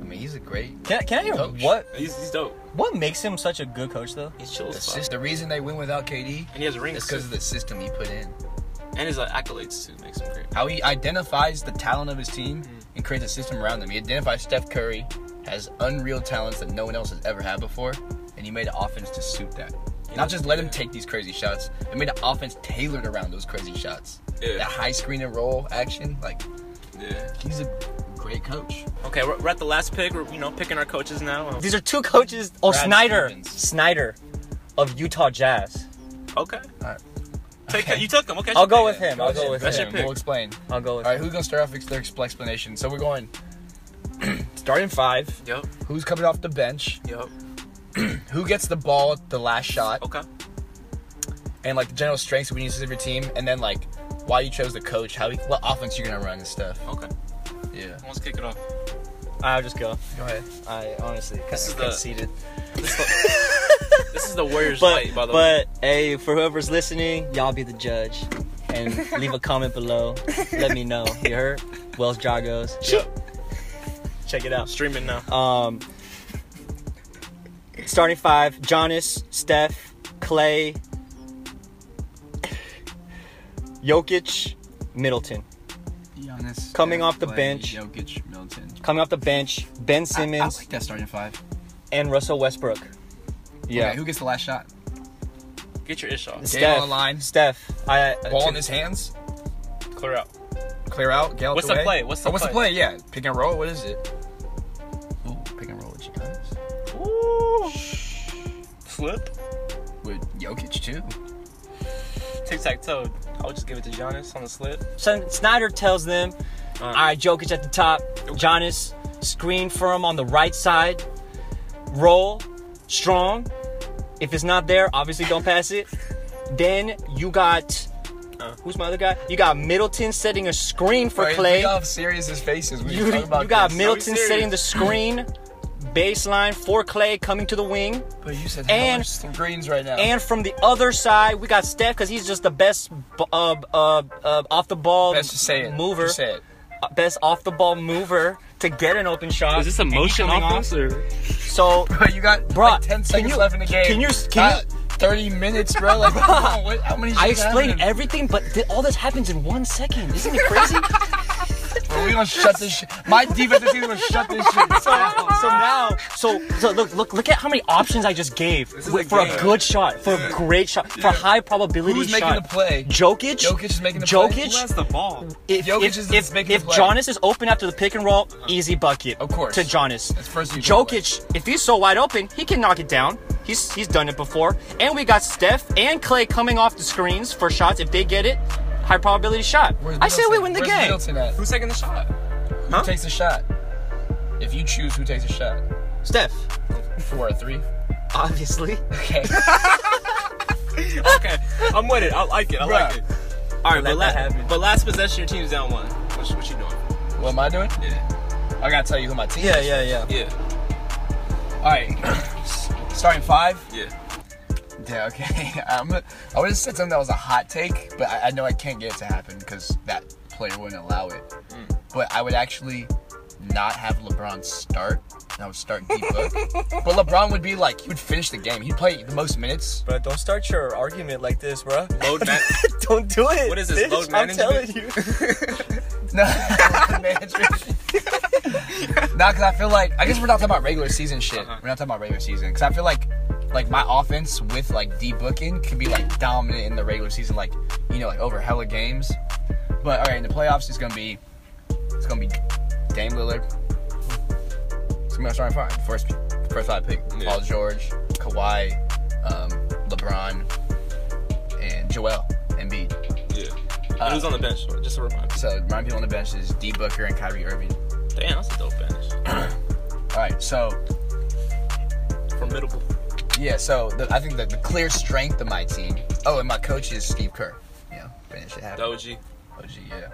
I mean, he's a great
Can, I- can I hear
Coach.
what
he's, he's dope.
what makes him such a good coach though?
He's chill as fuck.
assist. The reason they win without KD
And he has
is
rings too.
because of the system he put in.
and his like, accolades too makes him great.
how he identifies the talent of his team and creates a system around them. He identifies Steph Curry has unreal talents that no one else has ever had before, and he made an offense to suit that. Not just let him take these crazy shots. They made an offense tailored around those crazy shots.
Yeah.
That high screen and roll action, like
Yeah.
he's a great coach.
Okay, we're, we're at the last pick. We're you know picking our coaches now. Um,
These are two coaches. Oh,
Brad
Snyder,
Stevens.
Snyder, of Utah Jazz.
Okay.
Alright.
Take
Okay.
you took him. Okay.
I'll
sure.
go with him. I'll go with
That's your
him.
pick.
We'll explain.
I'll go with.
All right, who's gonna start off ex- their explanation? So we're going starting five.
Yep.
Who's coming off the bench?
Yep.
Who gets the ball at the last shot?
Okay.
and like the general strengths and weaknesses of your team, and then like why you chose the coach, how what offense you're gonna run and stuff.
Okay.
Yeah.
Let's kick it off.
I'll just go.
Go ahead.
I honestly kind
is
of
the-
conceded.
This is the Warriors
But
fight, by the way.
but hey, for whoever's listening, y'all be the judge and leave a comment below. Let me know. You heard? Wells Jagos.
Yep.
Check it out.
Streaming now.
Um, starting five: Giannis, Steph, Clay, Jokic, Middleton.
Giannis
Coming Steph, off the Clay, bench.
Jokic, Milton.
Coming off the bench: Ben Simmons
like that starting five.
and Russell Westbrook. Yeah.
who gets the last shot?
Get your ish off.
Steph.
on the line.
Steph. I. uh,
Uh,
I-
Ball in his hands.
Clear out.
Clear out. Get out
What's
the,
the
way.
play? What's the
oh, what's the
play?
play? Yeah. Pick and roll. What is it? Ooh, pick and roll with Giannis.
Ooh. Flip.
With Jokic too.
Tic tac toe. I'll just give it to Giannis on the slip.
Sn- Snyder tells them,
Uh-huh.
all right, Jokic at the top, Giannis, screen for him on the right side, roll, strong. If it's not there, obviously don't pass it. Then you got, who's my other guy? You got Middleton setting a screen for
Uh-huh. Right,
Clay.
Look how serious his face is when you,
You,
talk about
you got
this.
Middleton
serious?
setting the screen, baseline for Clay coming to the wing.
But you said
and-
how much greens right now.
And from the other side, we got Steph because he's just the best b- uh, uh, uh, off the ball
Let's just say it.
mover
Just say it.
best off the ball mover to get an open shot.
Is this a
And he's
motion
coming
offense or?
So
Bro, you got
Bruh,
like 10
can
seconds
you-
left in the game.
can you- can
Not 30 minutes, bro. Like, come on, what, how many
I
shots
explained
happened?
everything, but th- all this happens in one second. Isn't it crazy?
Bro, we gonna shut this shit. My defensive team gonna shut this shit down.
so now, so, so look, look, look at how many options I just gave
a
Wi- for
game.
a good shot, for a great shot, for a high probability
Who's making
shot.
the play?
Jokic.
Jokic is making the play.
Jokic.
Who has the ball?
If,
Jokic
if,
is
if,
making
if
the play.
Giannis is open after the pick and roll, easy bucket.
Of course.
To Giannis.
That's first thing you go
Jokic, if he's so wide open, he can knock it down. He's he's done it before. And we got Steph and Clay coming off the screens for shots. If they get it, high probability shot.
Where's
I say we
Middleton?
win the
Where's
game.
Middleton at? Who
Who's taking the shot?
takes the shot? If you choose who takes the shot,
Steph,
four or three.
obviously.
Okay.
Okay, I'm with it. I like it. I like it. All right, but,
Let that
la-
happen.
but last possession, your team's down one. What, what you doing?
what am I doing?
Yeah,
I gotta tell you who my team is.
yeah, yeah.
yeah,
All right. Starting five.
yeah.
Yeah, okay. I'm, I would have said something that was a hot take, but I, I know I can't get it to happen because that player wouldn't allow it. But I would actually not have LeBron start. And I would start D Book. but LeBron would be like, he would finish the game. He'd play the most minutes.
Bro, don't start your argument like this, bro.
Load man.
don't do it.
What is this, bitch. load I'm
I'm
management?
telling
telling
you.
No, management. no, Nah, because I feel like I guess we're not talking about regular season shit.
Uh-huh.
We're not talking about regular season because I feel like like my offense with like D booking could be like dominant in the regular season, like you know, like over hella games. But all right, in the playoffs, it's gonna be it's gonna be Dame Lillard. It's gonna be our starting five. First first five pick:
Yeah.
Paul George, Kawhi, um, LeBron, and Joel Embiid.
Yeah. and who's on the bench? Just to remind. us.
So my people on the bench is D Booker and Kyrie Irving.
Damn, that's a dope bench.
All right, so
Formidable.
Yeah, so the, I think the, the clear strength of my team. Oh, and my coach is Steve Kerr. Yeah, finish it happen.
Doji.
OG, yeah.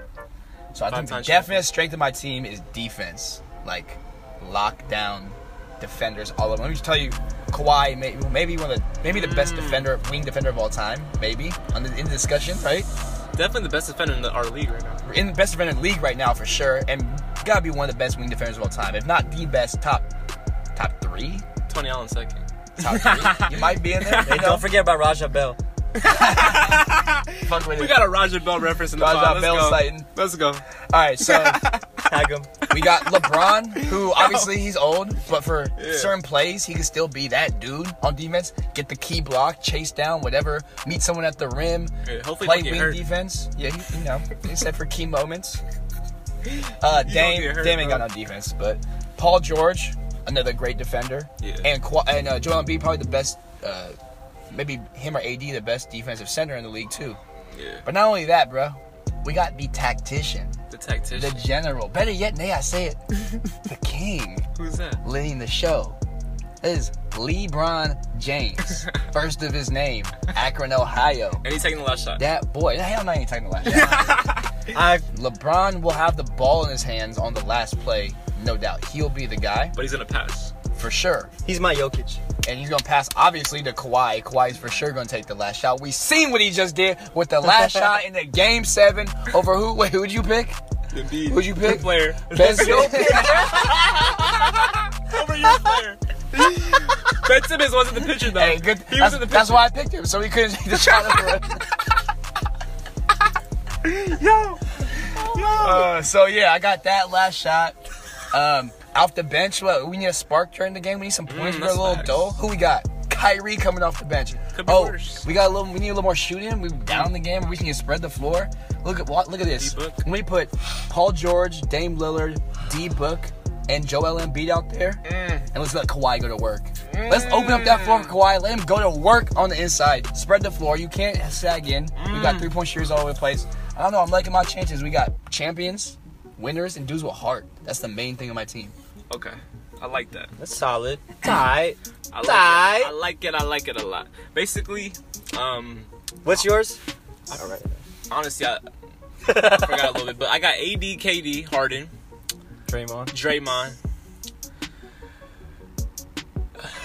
So I think the
Five-time
definite strength of my team is defense. Like, lockdown defenders all over. Let me just tell you, Kawhi, may, maybe one of the maybe the best defender, wing defender of all time. Maybe on the, in the discussion, right?
Definitely the best defender in the, our league right now.
We're in the best defender in the league right now for sure, and gotta be one of the best wing defenders of all time, if not the best. Top, top three.
Tony Allen second.
Top three. you might be in there.
Hey, don't forget about Raja Bell.
Fuck with
We
it.
got a Roger Bell reference in the
Roger
pod. Let's
Bell
go.
sighting.
Let's go.
All right, so.
Tag him.
We got LeBron, who obviously he's old, but for certain plays, he can still be that dude on defense. Get the key block, chase down, whatever, meet someone at the rim,
Yeah, hopefully
play
he don't get
wing
hurt.
defense. Yeah, he, you know, except for key moments. Uh, Dame,
get hurt,
Dame ain't
bro.
got no defense, but Paul George, another great defender,
Yeah.
and Kawhi- and uh, Joel Embiid probably the best. Uh, maybe him or AD the best defensive center in the league too.
Yeah.
But not only that, bro, we got the tactician.
The
The
tactician.
general. Better yet, nay, I say it. the king
Who's that?
leading the show is LeBron James. First of his name, Akron, Ohio.
And he's taking the last shot.
That boy, hell, I'm not even talking about that.
I
LeBron will have the ball in his hands on the last play, no doubt. He'll be the guy
But he's gonna pass.
for sure.
He's my Jokic.
And he's going to pass, obviously, to Kawhi. Kawhi's for sure going to take the last shot. We seen what he just did with the last shot in the game seven over who? Wait, who'd you pick?
Embiid.
Who'd you pick?
player?
Best
Over your player. ben Simmons wasn't the pitcher though.
Hey, good.
He
that's,
was in the
that's
picture.
why I picked him, so he couldn't take the shot. Uh, so yeah, I got that last shot. Um, off the bench, what, we need a spark during the game. We need some points.
Mm,
We're a little
that's
dull. Who we got? Kyrie coming off the bench.
Could be
Oh,
worse.
we got a little. We need a little more shooting. We down the game. We can spread the floor. Look at what. Look at this.
D-Book.
When we put Paul George, Dame Lillard, D Book, and Joel Embiid out there, and let's let Kawhi go to work. Let's open up that floor for Kawhi. Let him go to work on the inside. Spread the floor. You can't sag in. We got three point shooters all over the place. I don't know. I'm liking my chances. We got champions, winners, and dudes with heart. That's the main thing on my team.
Okay. I like that.
That's solid. Tight.
I like
Alright.
it. I like it. I like it a lot. Basically, um,
What's yours?
honestly, I forgot a little bit, but I got AD, KD, Harden,
Draymond.
Draymond.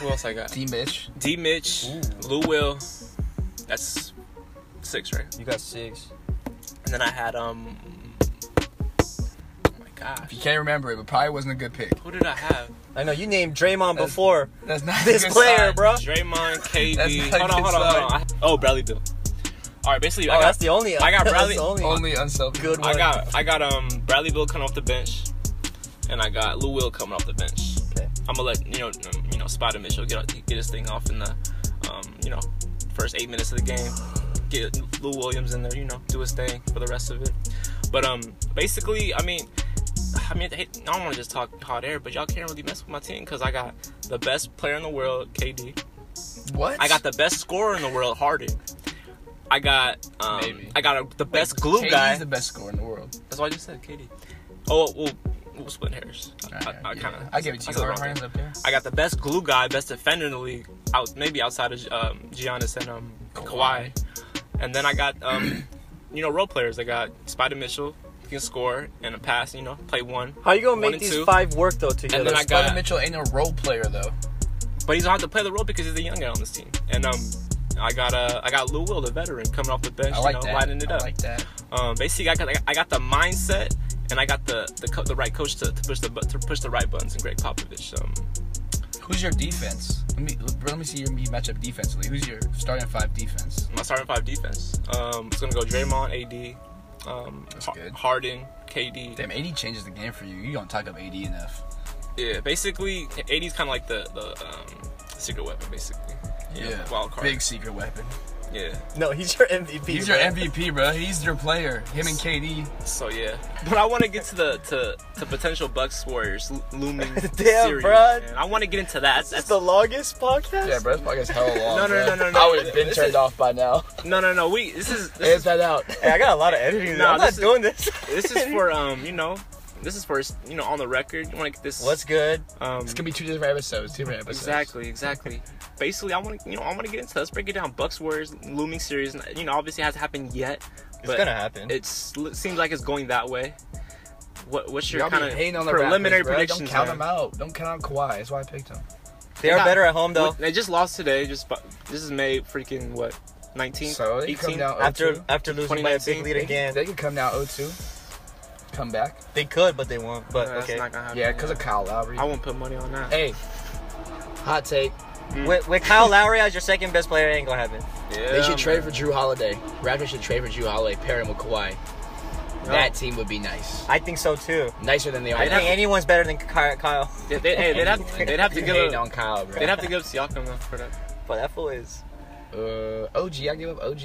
Who else I got?
Team bitch.
D. Mitch, Lou Will. That's six, right?
You got six.
And then I had um. Oh my gosh.
You can't remember it, but probably wasn't a good pick.
Who did I have?
I know you named Draymond before
That's not a
this
good
player,
sign.
bro.
Draymond,
That's
KD.
not
Hold on,
good
hold on, hold on. I- Oh, Bradley Bill. All right, basically, I
Oh,
got,
that's the only.
I got
that's
Bradley-
the only.
Only unselfish.
good one.
I got I got um Bradley Bill coming off the bench, and I got Lou Will coming off the bench.
Okay.
I'm gonna let you know um, you know Spider Mitchell get get his thing off in the um you know first eight minutes of the game. Get Lou Williams in there, you know, do his thing for the rest of it. But um basically, I mean. I mean, I don't want to just talk hot air, but y'all can't really mess with my team because I got the best player in the world, KD.
What?
I got the best scorer in the world, Harden. I got, um,
Maybe.
I got a, the best glue
KD's
guy.
E the best scorer in the world.
That's why I just said Katie. Oh, well, we'll split hairs. I,
Alright,
I, I
yeah.
kind of.
I give it to you. Harden's up there.
I got the best glue guy, best defender in the league, out maybe outside of um, Giannis and um, Kawhi.
Kawhi.
and then I got um, you know role players. I got Spider Mitchell, he can score and a pass. You know, play one,
How you gonna
One
make
and
these
two.
five work though together?
then I got-
Spider Mitchell ain't a role player though.
but he's gonna have to play the role because he's the young guy on this team. And um, I got uh, I got Lou Will, the veteran, coming off the bench,
I like
you know,
that.
lighting it
I
up.
like that.
um, basically, I got I got the mindset and I got the the, co- the right coach to, to push the bu- to push the right buttons. And Greg Popovich. Um,
Who's your defense? Let me let me see your matchup defensively. Who's your starting five defense?
my starting five defense. Um, it's gonna go Draymond, AD, um, Har-
good.
Harden, KD.
Damn, AD changes the game for you. You don't talk up AD enough.
Yeah, basically, 80s kind of like the the um, secret weapon, basically.
Yeah.
wild card.
Big secret weapon.
Yeah.
No, he's your MVP.
He's your
bro.
MVP, bro. He's your player. Him and KD.
So yeah, but I want to get to the to to potential Bucks Warriors lo- looming
Damn,
series.
bruh.
man. I want to get into that.
This is
That's
the longest podcast.
Yeah, bro. This podcast hella long.
No, no,
bro.
no, no, no.
I would have been
This
turned
is-
off by now.
no, no, no. We this is this,
Edit
is
that out.
Hey, I got a lot of editing.
Nah,
I'm not
this is-
doing this.
this is for um you know this is for you know on the record. You want to get this
What's good?
um
It's gonna be two different episodes. Two different episodes.
exactly exactly. Basically, I want to you know I want to get into let's break it down. Bucks Warriors looming series. and, You know, obviously it hasn't happened yet.
It's gonna happen.
It's it seems like it's going that way. What what's your
Y'all
kind
be hating on
of
the
preliminary
Raptors, bro.
predictions?
Don't count
man?
them out. Don't count out Kawhi. That's why I picked him.
they are
got-
better at home though.
They just lost today. Just bu- this is May freaking what 19th,
So they come
18th.
down 0-2.
After after losing by a big
2019,
lead
they,
again,
they could come down 0-2. Come back.
they could, but they won't. But
Nah, that's
okay,
not gonna happen.
Yeah, because of Kyle Lowry.
I won't put money on that.
hey, hot take.
with, with Kyle Lowry as your second best player, it ain't gonna happen.
Yeah,
They should trade for Drew Holiday. Raptors should trade for Drew Holiday. Pair him with Kawhi. That team would be nice.
I think so too.
Nicer than they are.
I
now.
think anyone's better than Ky- Kyle.
They, they, hey, they'd have they'd have to
You
give
hating
up
on Kyle, bro.
they'd have to give up Siakam though for that.
But that fool is.
Uh, OG. I give up OG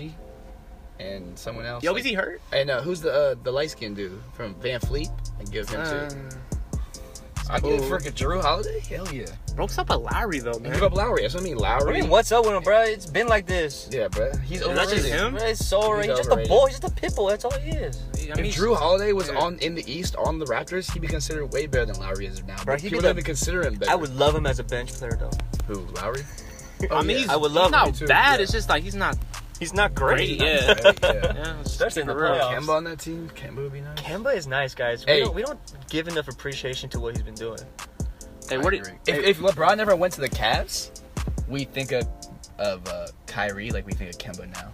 and someone else.
Yo, is he hurt?
And uh, who's the uh, the light skinned dude from Van Fleet? I give him
Uh,
two. I give freaking Drew Holiday. Hell yeah.
broke up a Lowry though,
And
man.
give up Lowry. That's what I mean.
I
Lowry.
mean, what's up with him, bro? It's been like this.
Yeah, bro. He's
Is that
overrated.
just him?
Bro, it's so
He's
overrated. He's just a
overrated.
bull. He's just a pit bull. That's all he is.
I mean,
If Drew Holiday was
Yeah.
on in the East on the Raptors, he'd be considered way better than Lowry is now.
Bro,
But
he'd
people
be
don't
the-
even consider him better.
I would love him as a bench player though.
Who Lowry?
I mean, he's,
I would love
he's not
him too,
bad.
yeah.
It's just like he's not
He's not
great.
great.
Yeah,
Hey, yeah.
yeah.
Especially in the
for real.
playoffs.
Kemba on that team. Kemba would be nice.
Kemba is nice, guys.
Hey.
We, don't, we don't give enough appreciation to what he's been doing.
Hey, where did
If, if LeBron never went to the Cavs, we think of of uh, Kyrie like we think of Kemba now.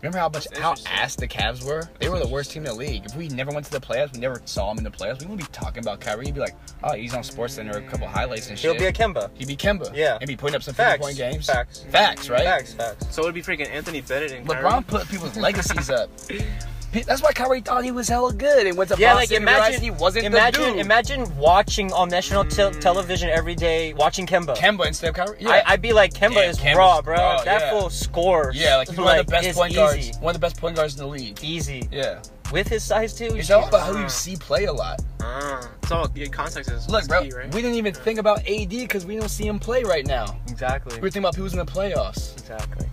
Remember how much how ass the Cavs were? They were the worst team in the league. If we never went to the playoffs, we never saw him in the playoffs. We wouldn't be talking about Kyrie. He'd be like, oh, he's on Sports Center, a couple highlights and
He'll
shit.
be a Kemba.
He'd be Kemba.
Yeah.
And be putting up some fifty
Facts.
point games.
Facts.
Facts, right?
Facts. Facts.
so it'd be freaking Anthony Bennett and Kyrie.
LeBron put people's legacies up. Pe- That's why Kyrie thought he was hella good and went to
Yeah, like
Boston and realized
imagine
he wasn't
imagine
the dude.
imagine watching on national te- television every day watching Kemba.
Kemba instead of Kyrie. Yeah.
I, I'd be like Kemba
Yeah,
is
Kemba's
raw, bro.
raw,
that
yeah.
fool scores.
yeah, like he's one of the best
it's
point
easy.
guards. One of the best point guards in the league.
Easy
Yeah.
with his size too.
It's
he's
all about who you see play a lot.
Ah, it's all yeah, context is
Look,
is
bro,
key, right?
we didn't even think about AD because we don't see him play right now.
exactly.
We were thinking about who's in the playoffs.
Exactly.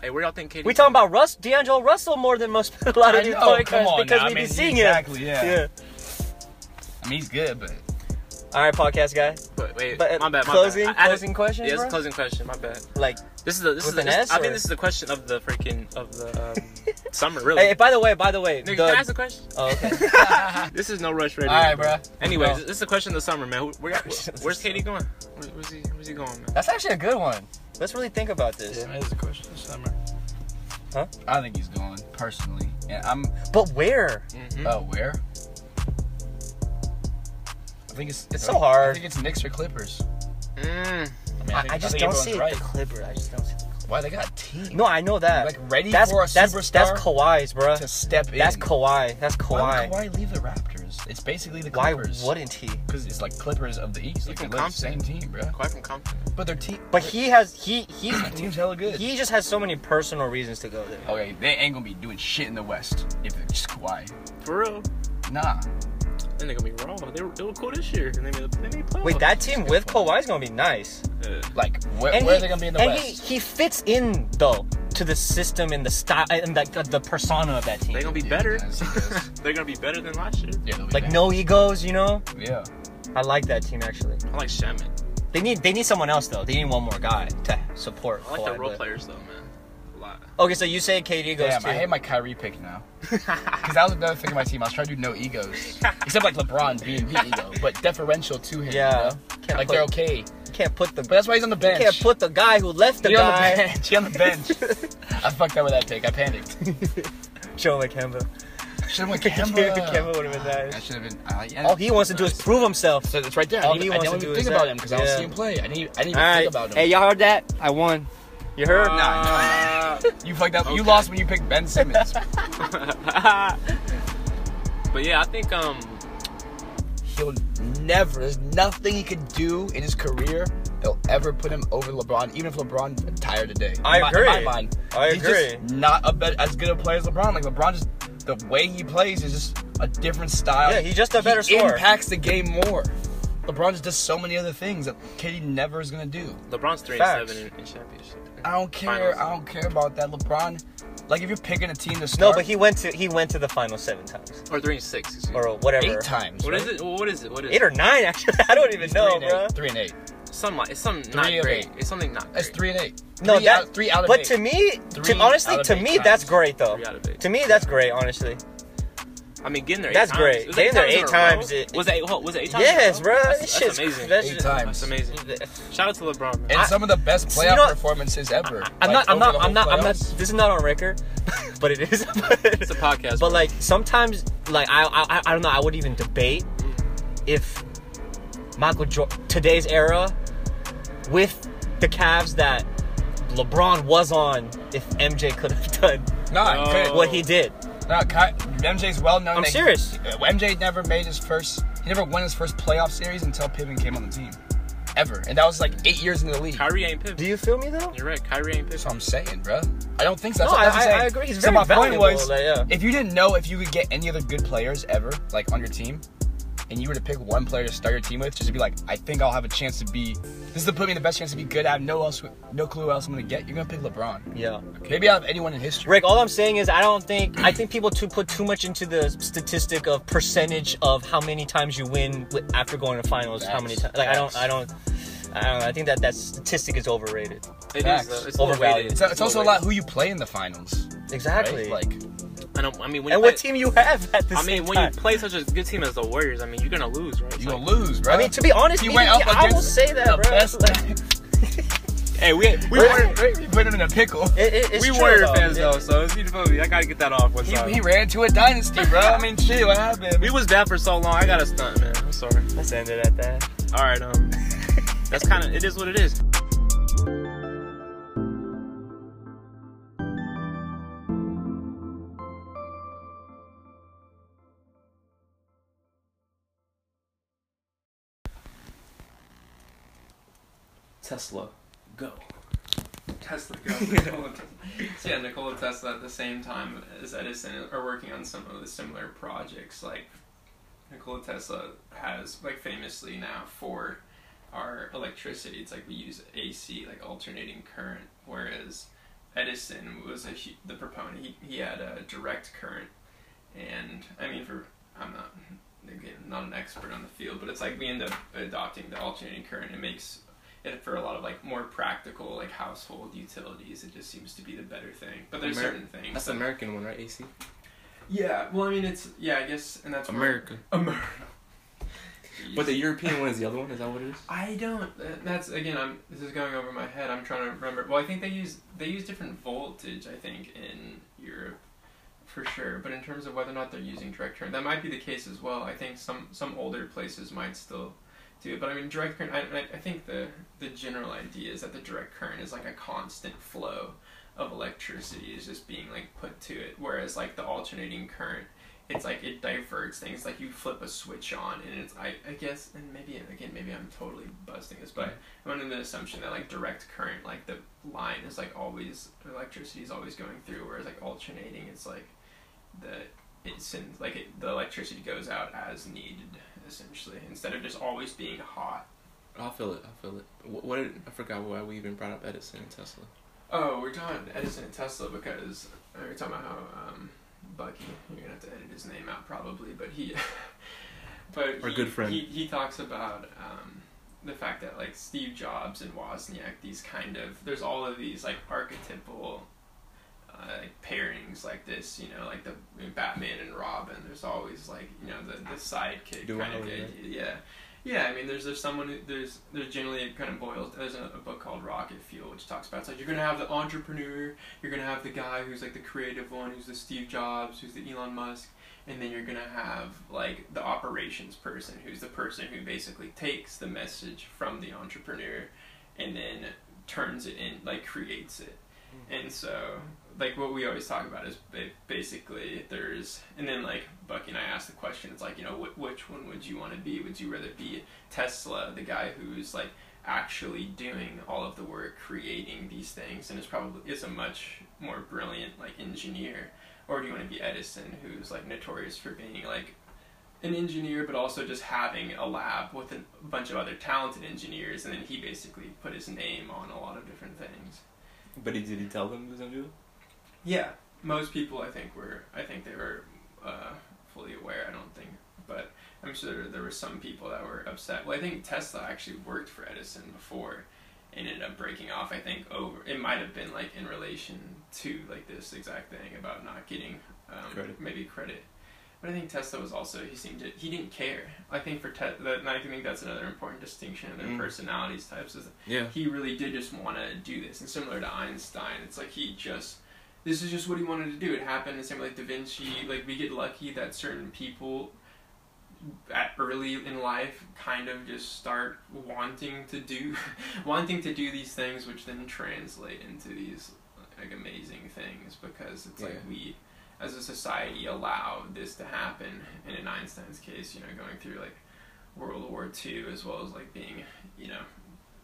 Hey, where y'all think KD?
We talking about Russ, D'Angelo Russell more than most a lot
I
of these
know, come
podcasts
on
because
now,
we be
I mean,
seeing
exactly,
him.
yeah.
yeah.
I mean, he's good, but
All right, podcast guy.
But wait,
But, uh,
my bad. My
closing-
bad. I- I just-
closing question,
Yeah, it's
bro?
a closing question. My bad.
Like,
This is the this
With
is
an
the, this,
S,
I think
or-
this is the question of the freaking of the um, summer really.
hey, by the way, by the way,
Nigga,
the-
can I ask a question?
oh, okay.
This is no rush radio.
all right, bro.
Anyways,
No.
this is the question of the summer, man. Who- Where, where, where's Katie going? Where, where's he Where's he going, man?
That's actually a good one.
Let's really think about this.
That is a question of summer.
Huh?
I think he's going personally, and I'm
But where?
uh, where? I think it's uh,
It's so hard.
I think it's Knicks or Clippers.
Mm.
I, mean,
I,
think-
I just
think
don't
everyone's
see it.
right.
The Clipper. I just don't see.
Why they got a team?
It. No, I know that.
Like, ready
that's,
for a
that's,
superstar
That's Kawhi's, bro.
to step in.
That's Kawhi. That's
Why
Kawhi.
would Kawhi leave the Raptors? It's basically the
Why
Clippers.
wouldn't he?
Because it's like Clippers of the East. Like
from
they're the same
Compton.
team, bro.
Quite from Compton.
But their team.
But he has he he
their team's hella good.
he just has so many personal reasons to go there.
okay, they ain't gonna be doing shit in the West if it's just Kawhi.
For real.
Nah.
And they're gonna be raw. They were, they were cool this year, and they made they made playoffs.
Wait, that team with Kawhi is gonna be nice.
Yeah.
Like where,
And
where
he-
are they gonna be in the
and
West?
He, he fits in though to the system and the style and like the, the persona of that team.
They're gonna be
Yeah,
better.
that's- that's-
they're gonna be better than last year.
yeah, they'll be
like
back.
no egos, you know.
Yeah.
I like that team actually.
I like Shaman.
They need they need someone else though. They need one more guy to support.
I like
Kawhi,
the role
but-
players though, man. A lot.
Okay, so you say KD goes
Damn,
to
I hate my Kyrie pick now. Because that was another thing in my team. I was trying to do no egos. Except like LeBron being the ego, but deferential to him.
Yeah.
You know?
Can't
Like
put-
they're okay.
you can't put the
But that's why he's on the
you
bench.
can't put the guy who left the
He on the
guy.
bench. He on the bench. I fucked up with that pick. I panicked.
Joe McKemba.
Should have went
Kemba,
Kemba.
would have been
That
nice.
should have been. Uh, yeah.
All he wants to do is prove himself.
So it's right there.
All
I,
he
didn't, I
wants
didn't
to
even
do is
think about
that.
him because I don't
Yeah.
see him play. I didn't, I didn't even
All
think
right.
about him.
Hey, y'all heard that? I won. You heard?
Nah, nah, nah. You fucked up. You lost when you picked Ben Simmons.
but yeah, I think um
He'll never. There's nothing he could do in his career that'll ever put him over LeBron, even if LeBron's tired today. In
I
my-
agree.
In my mind,
I
he's
agree.
Just not a bet, as good a player as LeBron. Like LeBron, just the way he plays is just a different style.
Yeah, he's just a better
he
scorer.
Impacts the game more. LeBron just does so many other things that KD never is gonna do.
LeBron's three and
Facts.
seven in, in championship.
I don't care.
Finals.
I don't care about that. LeBron, like if you're picking a team to
No,
start,
but he went to he went to the final seven times
Or three and six. Excuse me.
or whatever.
eight times.
What
right?
is it? What is it? What is
Eight
it?
or nine, actually. I don't even know,
three and
bro.
eight. Three and eight.
Some like it's some not
Three of
great.
eight.
It's something not great.
That's three and eight.
No,
three
that.
out, three out of
but
eight.
to me,
Three
to, honestly,
out of
to
eight
me,
times.
that's great though.
Three out of eight.
To me, that's great, honestly.
I mean, getting there. Eight
That's
times.
great.
It was
Getting there eight
in a
times,
row?
it-
was it eight? hold- Was it eight times? in a
Yes,
row?
bro.
That's,
This
that's
shit's-
amazing.
That's
Eight
just-
times.
That's amazing. Shout out to LeBron. Man.
and
I-
some of the best
So
playoff
you know what?
performances ever.
I'm
like,
not. I'm
over
not.
the
I'm not.
whole
I'm not.
playoffs.
This is not on record, but it is.
It's a podcast.
But
bro.
like sometimes, like I, I, I- I don't know. I would even debate if Michael Jordan today's era with the Cavs that LeBron was on, if MJ could have done
Nah,
Oh.
good.
what he did.
Nah, Ky- MJ's well known.
I'm
that-
serious.
MJ never made his first. He never won his first playoff series until Pippen came on the team, ever. And that was like eight years into the league.
Kyrie ain't pivoting.
Do you feel me though?
You're right. Kyrie ain't
That's
pivoting.
what I'm saying, bro. I don't think so.
No,
That's
I-
what, that's what I'm
I-
saying.
I agree. He's
so
very
my point
valuable,
was,
like, yeah.
if you didn't know if you could get any other good players ever, like on your team, and you were to pick one player to start your team with, just to be like, I think I'll have a chance to be. This is to put me in the best chance to be good. I have no else, no clue who else I'm gonna get. You're gonna pick LeBron.
Yeah.
Maybe out of anyone in history.
Rick, all I'm saying is I don't think I think people too put too much into the statistic of percentage of how many times you win with, after going to finals. How many times?
Facts.
Like I don't.
Facts.
I don't. I don't. know. I think that that statistic is overrated.
It is.
Facts.
though. It's overrated.
Overvalued.
It's, it's also a lot who you play in the finals. right?
Exactly.
Like,
I, don't, I mean, when
and
you
what
play,
team you have at the
I
same
mean, when
time.
you play such a good team as the Warriors, I mean, you're gonna lose, right? It's
you
like-
gonna lose, bro.
I mean, to be honest,
He
he
went up
I will
against
say that,
the
bro.
best.
Hey, we we
we,
Warrior,
we- we put him in a pickle.
It- it- it's
we
true,
Warrior
though.
fans
It-
though, so it's you feel me. I gotta get that off one
He,
time.
he ran to a dynasty, bro. I mean, shit, what happened?
we was down for so long. I got to stunt, man. I'm sorry.
Let's end it at that.
All right, um, that's kind of it is what it is. Tesla, go.
Tesla go. so yeah, Nikola Tesla at the same time as Edison are working on some of the similar projects. Like Nikola Tesla has like famously now for our electricity, it's like we use AC, like alternating current, whereas Edison was a hu- the proponent. He, he had a direct current, and I mean for I'm not again not an expert on the field, but it's like we end up adopting the alternating current. It makes it for a lot of like more practical like household utilities. It just seems to be the better thing. But there's
Ameri-
certain things.
That's the American one, right? AC.
yeah. Well, I mean it's yeah. I guess and that's where-
America.
America.
But the European one is the other one. Is that what it is?
I don't. that- That's again. I'm. This is going over my head. I'm trying to remember. Well, I think they use they use different voltage. I think in Europe, for sure. But in terms of whether or not they're using direct current, that might be the case as well. I think some some older places might still do it. But I mean, direct current. I, I, I think the the general idea is that the direct current is like a constant flow of electricity is just being like put to it. Whereas like the alternating current it's like it diverts things like you flip a switch on and it's i, I guess and maybe again maybe i'm totally busting this but i'm under the assumption that like direct current like the line is like always electricity is always going through whereas like alternating it's like the it sends like it, the electricity goes out as needed essentially instead of just always being hot
I'll feel it. I'll feel it. What, what did, I forgot why we even brought up Edison and Tesla.
Oh, we're talking Edison and Tesla because uh, we're talking about how um, Bucky. You're gonna have to edit his name out probably, but he, but
Our
he,
good friend.
He, he talks about um, the fact that like Steve Jobs and Wozniak, these kind of there's all of these like archetypal uh, like pairings like this, you know, like the I mean, Batman and Robin. There's always like you know the the sidekick
Duality,
kind of idea.
right?
yeah. Yeah, I mean, there's there's someone who- there's there's generally it kind of boils. There's a, a book called Rocket Fuel, which talks about it's like you're gonna have the entrepreneur, you're gonna have the guy who's like the creative one, who's the Steve Jobs, who's the Elon Musk, and then you're gonna have like the operations person, who's the person who basically takes the message from the entrepreneur, and then turns it in, like creates it. And so, like, what we always talk about is ba- basically there's, and then, like, Bucky and I asked the question, it's like, you know, wh- which one would you want to be? Would you rather be Tesla, the guy who's, like, actually doing all of the work creating these things and is probably is a much more brilliant like engineer or do you want to be edison who's like notorious for being like an engineer, but also just having a lab with an- a bunch of other talented engineers, and then he basically put his name on a lot of different things.
But he, did he tell them he was gonna do it?
Yeah, most people I think were, I think they were uh, fully aware. I don't think, but I'm sure there were some people that were upset. Well, I think Tesla actually worked for Edison before, and ended up breaking off. I think over it might have been like in relation to like this exact thing about not getting um,
Credit.
maybe credit. But I think Tesla was also he seemed to he didn't care. I think for Tesla, and I think that's another important distinction in their
Mm.
personalities types is
Yeah.
he really did just want to do this. And similar to Einstein, it's like he just this is just what he wanted to do. It happened. And same with like Da Vinci. Like we get lucky that certain people at early in life kind of just start wanting to do wanting to do these things which then translate into these like amazing things because it's
Yeah.
like we as a society allow this to happen and in Einstein's case you know going through like World War II as well as like being you know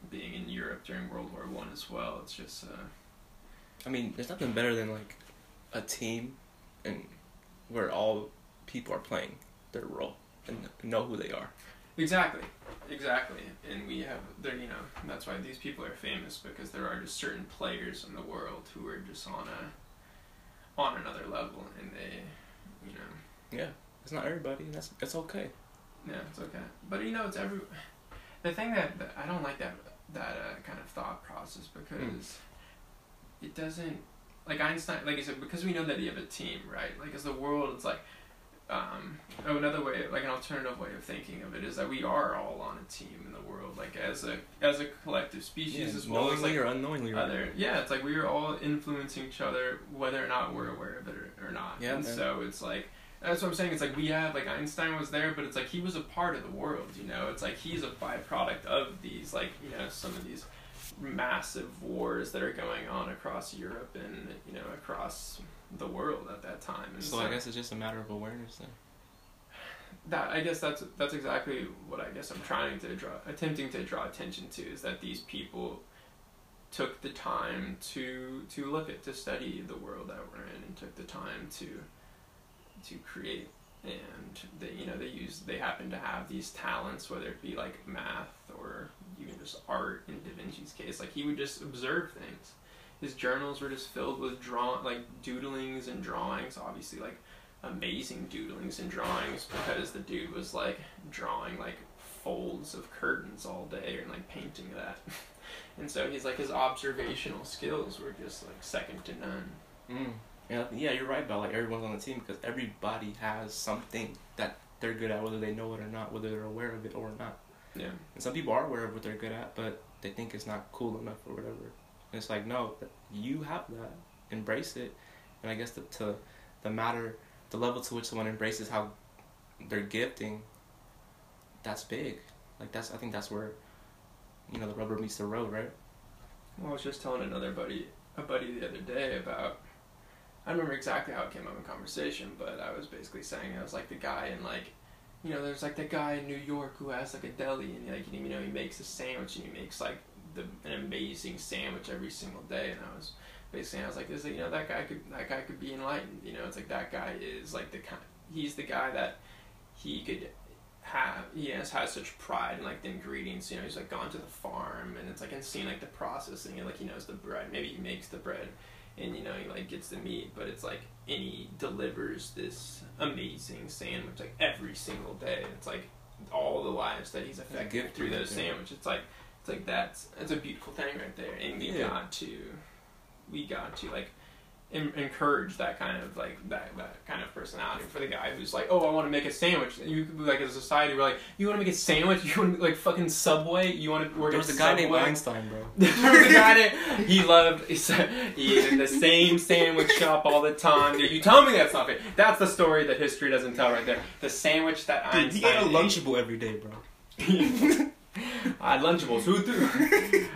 being in Europe during World War One as well it's just uh,
I mean, there's nothing better than like a team and where all people are playing their role and know who they are.
Exactly, exactly, and we have there. You know, that's why these people are famous because there are just certain players in the world who are just on a on another level, and they, you know,
It's not everybody, and that's that's okay.
yeah, it's okay. But you know, it's every the thing that, that I don't like that that uh, kind of thought process because it doesn't like Einstein like I said because we know that you have a team right like as the world it's like um, oh, another way like an alternative way of thinking of it is that we are all on a team in the world like as a as a collective species as well as
knowingly
like uh,
or unknowingly. right?
other yeah it's like we are all influencing each other whether or not we're aware of it or, or not
Yeah,
and
yeah.
so it's like that's what i'm saying it's like we have like einstein was there but it's like he was a part of the world you know it's like he's a byproduct of these like you know some of these massive wars that are going on across europe and you know across the world at that time and
So I guess it's just a matter of awareness then.
that I guess that's that's exactly what I guess I'm trying to draw attempting to draw attention to is that these people took the time to to look at to study the world that we're in and took the time to to create and they you know they use they happen to have these talents whether it be like math or even just art in Da Vinci's case like he would just observe things his journals were just filled with draw like doodlings and drawings obviously like amazing doodlings and drawings because the dude was like drawing like folds of curtains all day and like painting that. and so he's like his observational skills were just like second to none.
Mm. Yeah, yeah, you're right about like everyone's on the team because everybody has something that they're good at, whether they know it or not, whether they're aware of it or not.
Yeah.
And some people are aware of what they're good at, but they think it's not cool enough or whatever. And it's like, no, th- you have that. Embrace it. And I guess the, to the matter, the level to which someone embraces how they're gifting, that's big. Like that's, I think that's where, you know, the rubber meets the road, right?
Well, I was just telling another buddy, a buddy the other day about. I don't remember exactly how it came up in conversation, but I was basically saying I was like the guy in like, you know, there's like the guy in New York who has like a deli and like you know he makes a sandwich and he makes like the an amazing sandwich every single day, and I was basically I was like this you know that guy could that guy could be enlightened, you know, it's like that guy is like the kind he's the guy that he could have he has had such pride in like the ingredients you know he's like gone to the farm and it's like and seen like the processing and like he knows the bread maybe he makes the bread and you know he like gets the meat but it's like and he delivers this amazing sandwich like every single day it's like all the lives that he's affected
gift
through those
right there.
sandwiches it's like it's like that's it's a beautiful thing right there and we
Yeah.
got to we got to like en- encourage that kind of like that, that kind of personality for the guy who's like, oh, I want to make a sandwich. You could be like as a society, we're like, you want to make a sandwich? You want to like fucking Subway? You want to work
There
at
was a guy
Subway?
named Einstein, bro.
there was a guy that he loved. He said he ate in the same sandwich shop all the time. Dude, you tell me that's not it. That's the story that history doesn't tell right there. The sandwich that
Dude, he
Einstein
ate a
ate.
Lunchable every day, bro.
I had Lunchables. Who threw?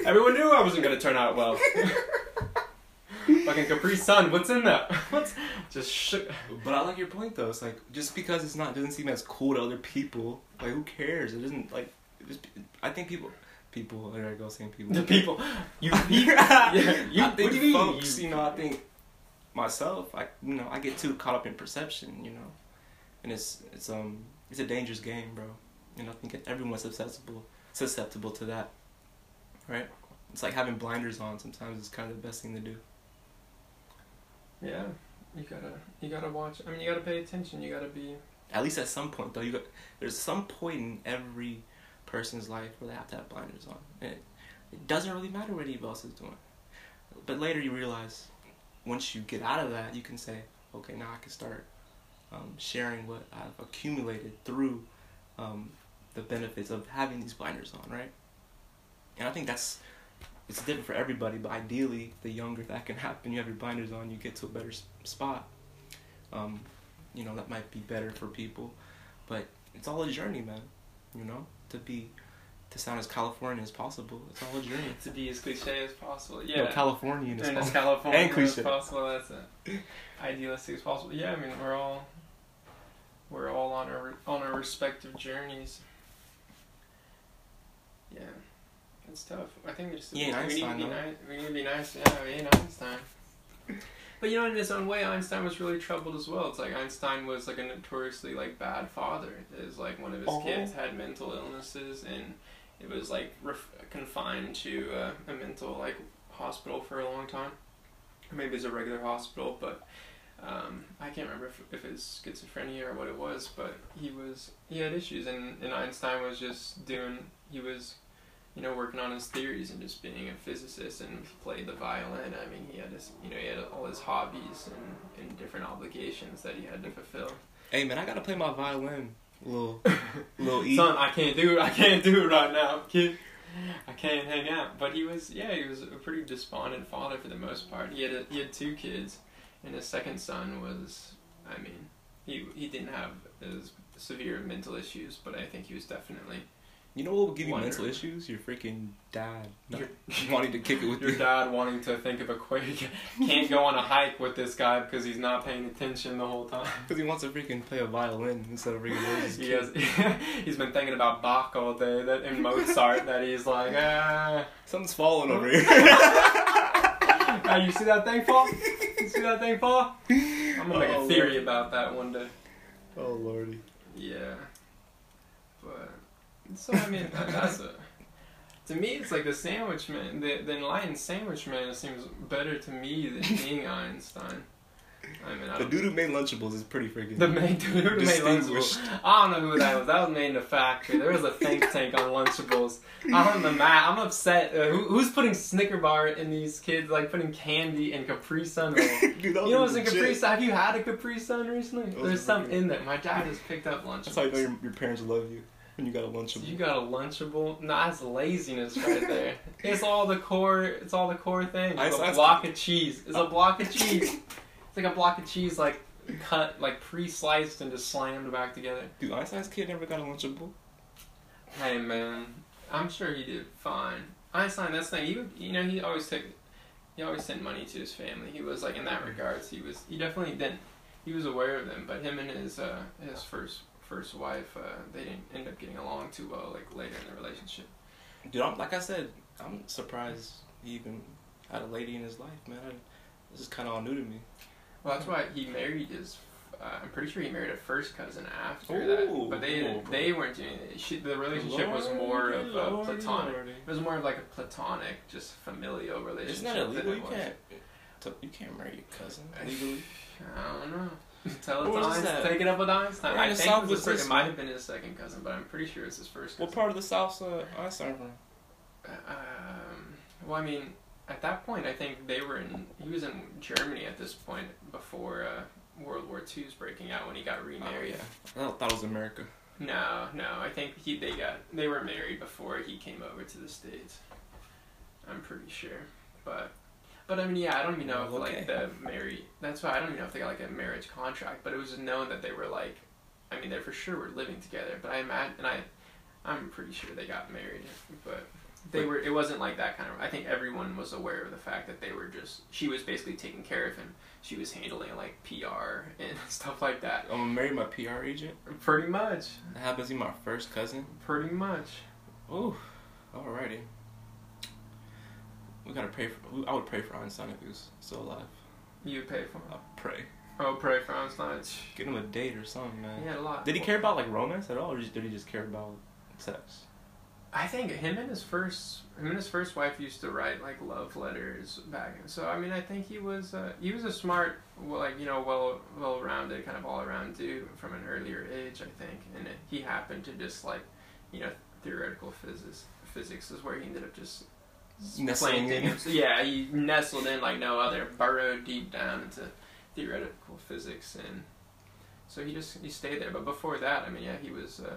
Everyone knew I wasn't going to turn out well. Fucking Capri Sun, what's in that? What's just sh-
But I like your point though. It's like just because it's not doesn't seem as cool to other people, like who cares? It doesn't like. It just, I think people, people. There I go saying people.
the people.
You, yeah,
you-
I think
what do you mean?
folks, you know, I think myself, I you know, I get too caught up in perception, you know, and it's it's um it's a dangerous game, bro. And I think everyone's susceptible susceptible to that, right? It's like having blinders on. Sometimes it's kind of the best thing to do.
Yeah, you gotta you gotta watch. I mean, you gotta pay attention. You gotta be.
At least at some point, though, you got there's some point in every person's life where they have to have blinders on. And it, it doesn't really matter what anybody else is doing. But later you realize, once you get out of that, you can say, okay, now I can start um, sharing what I've accumulated through um, the benefits of having these blinders on, right? And I think that's it's different for everybody, but ideally, the younger that can happen, you have your blinders on, you get to a better s- spot. Um, you know that might be better for people but it's all a journey man you know to be to sound as californian as possible it's all a journey
To be as cliche as possible.
yeah.
Yeah.
no, californian is
and as
possible.
California
And
as
cliche.
possible. That's it. idealistic as possible. Yeah, I mean we're all we're all on our on our respective journeys. Yeah, it's tough. I think it's
He ain't
we need to
Einstein,
be
though.
nice. We need to be nice. Yeah, we ain't Einstein. But you know, in his own way, Einstein was really troubled as well. It's like Einstein was like a notoriously like bad father. Is like one of his
Oh.
kids had mental illnesses and it was like ref- confined to uh, a mental like hospital for a long time. Or maybe it's a regular hospital, but um, I can't remember if, if it's schizophrenia or what it was. But he was he had issues, and, and Einstein was just doing he was, you know, working on his theories and just being a physicist and played the violin. I mean, he had his you know he had all his hobbies and, and different obligations that he had to fulfill.
hey man i gotta play my violin little little e
Son, I can't do it. I can't do it right now, kid. I can't hang out. But he was, yeah, he was a pretty despondent father for the most part. He had a, he had two kids, and his second son was, I mean, he he didn't have as severe mental issues, but I think he was definitely
you know what will give you
Wonder.
mental issues your freaking dad not
Your-
wanting to kick it with
your
you
dad wanting to think of a quake. Can't go on a hike with this guy because he's not paying attention the whole time.
because he wants to freaking play a violin instead of freaking raise his
He
kid.
has, he's been thinking about Bach all day that and Mozart that he's like ah.
something's falling over here
Now ah, you see that thing fall? You see that thing fall? I'm gonna make a
Oh,
theory
Lord.
about that one day.
oh lordy
Yeah, but so I mean that- that's a. To me, it's like the sandwich man, the, the enlightened sandwich man seems better to me than being Einstein. I mean, I
the
don't,
dude who made lunchables is pretty freaking
the main dude who made Lunchables.
distinguished
I don't know who that was. That was made in a factory. There was a think tank on Lunchables. I'm the mat. I'm upset. Uh, who, who's putting Snicker bar in these kids? Like putting candy and Capri Sun. Roll?
dude that
You know, what's a
legit.
Capri Sun. Have you had a Capri Sun recently?
was
There's some
really
in there. My dad just picked up lunch.
that's how you know your, your parents love you when you got a lunchable
You got a Lunchable. No, that's laziness right there. it's all the core. It's all the core thing.
I-
It's a
I-
block of cheese. It's a block of cheese. It's like a block of cheese, like cut, like pre-sliced and just slammed back together.
Dude, Einstein's kid never got a lunchable.
Hey man, I'm sure he did fine. Einstein, that's the thing. He would, you know, he always took, he always sent money to his family. He was like in that regards, he was, he definitely didn't. He was aware of them, but him and his uh, his first first wife, uh, they didn't end up getting along too well. Like later in the relationship.
Dude, I'm, like I said, I'm surprised he even had a lady in his life, man. I, this is kind of all new to me.
Well, that's why he married his. Uh, I'm pretty sure he married a first cousin after
Ooh.
that, but they didn't,
Ooh.
they weren't doing it. She, the relationship was more of a platonic. It was more of like a platonic, just familial relationship.
Isn't that
than
illegal?
it
You
was.
can't. to- You can't marry your cousin legally.
I don't know.
What
Tell it
was
to Einstein.
that?
Take it up with Einstein.
Where in
I
the
think
South
it, was
was
his first,
this
it might have been his second cousin, but I'm pretty sure it's his first
What
cousin.
part of the South's uh, Einstein from?
um, well, I mean, at that point, I think they were in. He was in Germany at this point before uh, World War II's breaking out when he got
Oh,
remarried.
I thought it was America.
No, no. I think he they got they were married before he came over to the states. I'm pretty sure, but but I mean, yeah, I don't even know if
Okay.
like the marry. That's why I don't even know if they got like a marriage contract. But it was known that they were like, I mean, they for sure were living together. But I imagine, and I I'm pretty sure they got married, but they were. It wasn't like that kind of. I think everyone was aware of the fact that they were just. She was basically taking care of him. She was handling like PR and stuff like that.
I'm gonna marry my PR agent.
Pretty much.
That happens to be my first cousin.
Pretty much.
Ooh, alrighty. We gotta pray for. I would pray for Einstein if he was still alive.
You pay for. Him.
I pray.
Oh, pray for Einstein.
Get him a date or something, man.
He had a lot.
Did he care about like romance at all, or just- did he just care about sex?
I think him and his first him and his first wife used to write like love letters back. So I mean, I think he was uh, he was a smart, well, like you know, well well rounded kind of all around dude from an earlier age, I think. And it, he happened to just like, you know, theoretical physics physics is where he ended up just
Nestling
planting
in.
himself. Yeah, he nestled in like no other, burrowed deep down into theoretical physics, and so he just he stayed there. But before that, I mean, yeah, he was. Uh,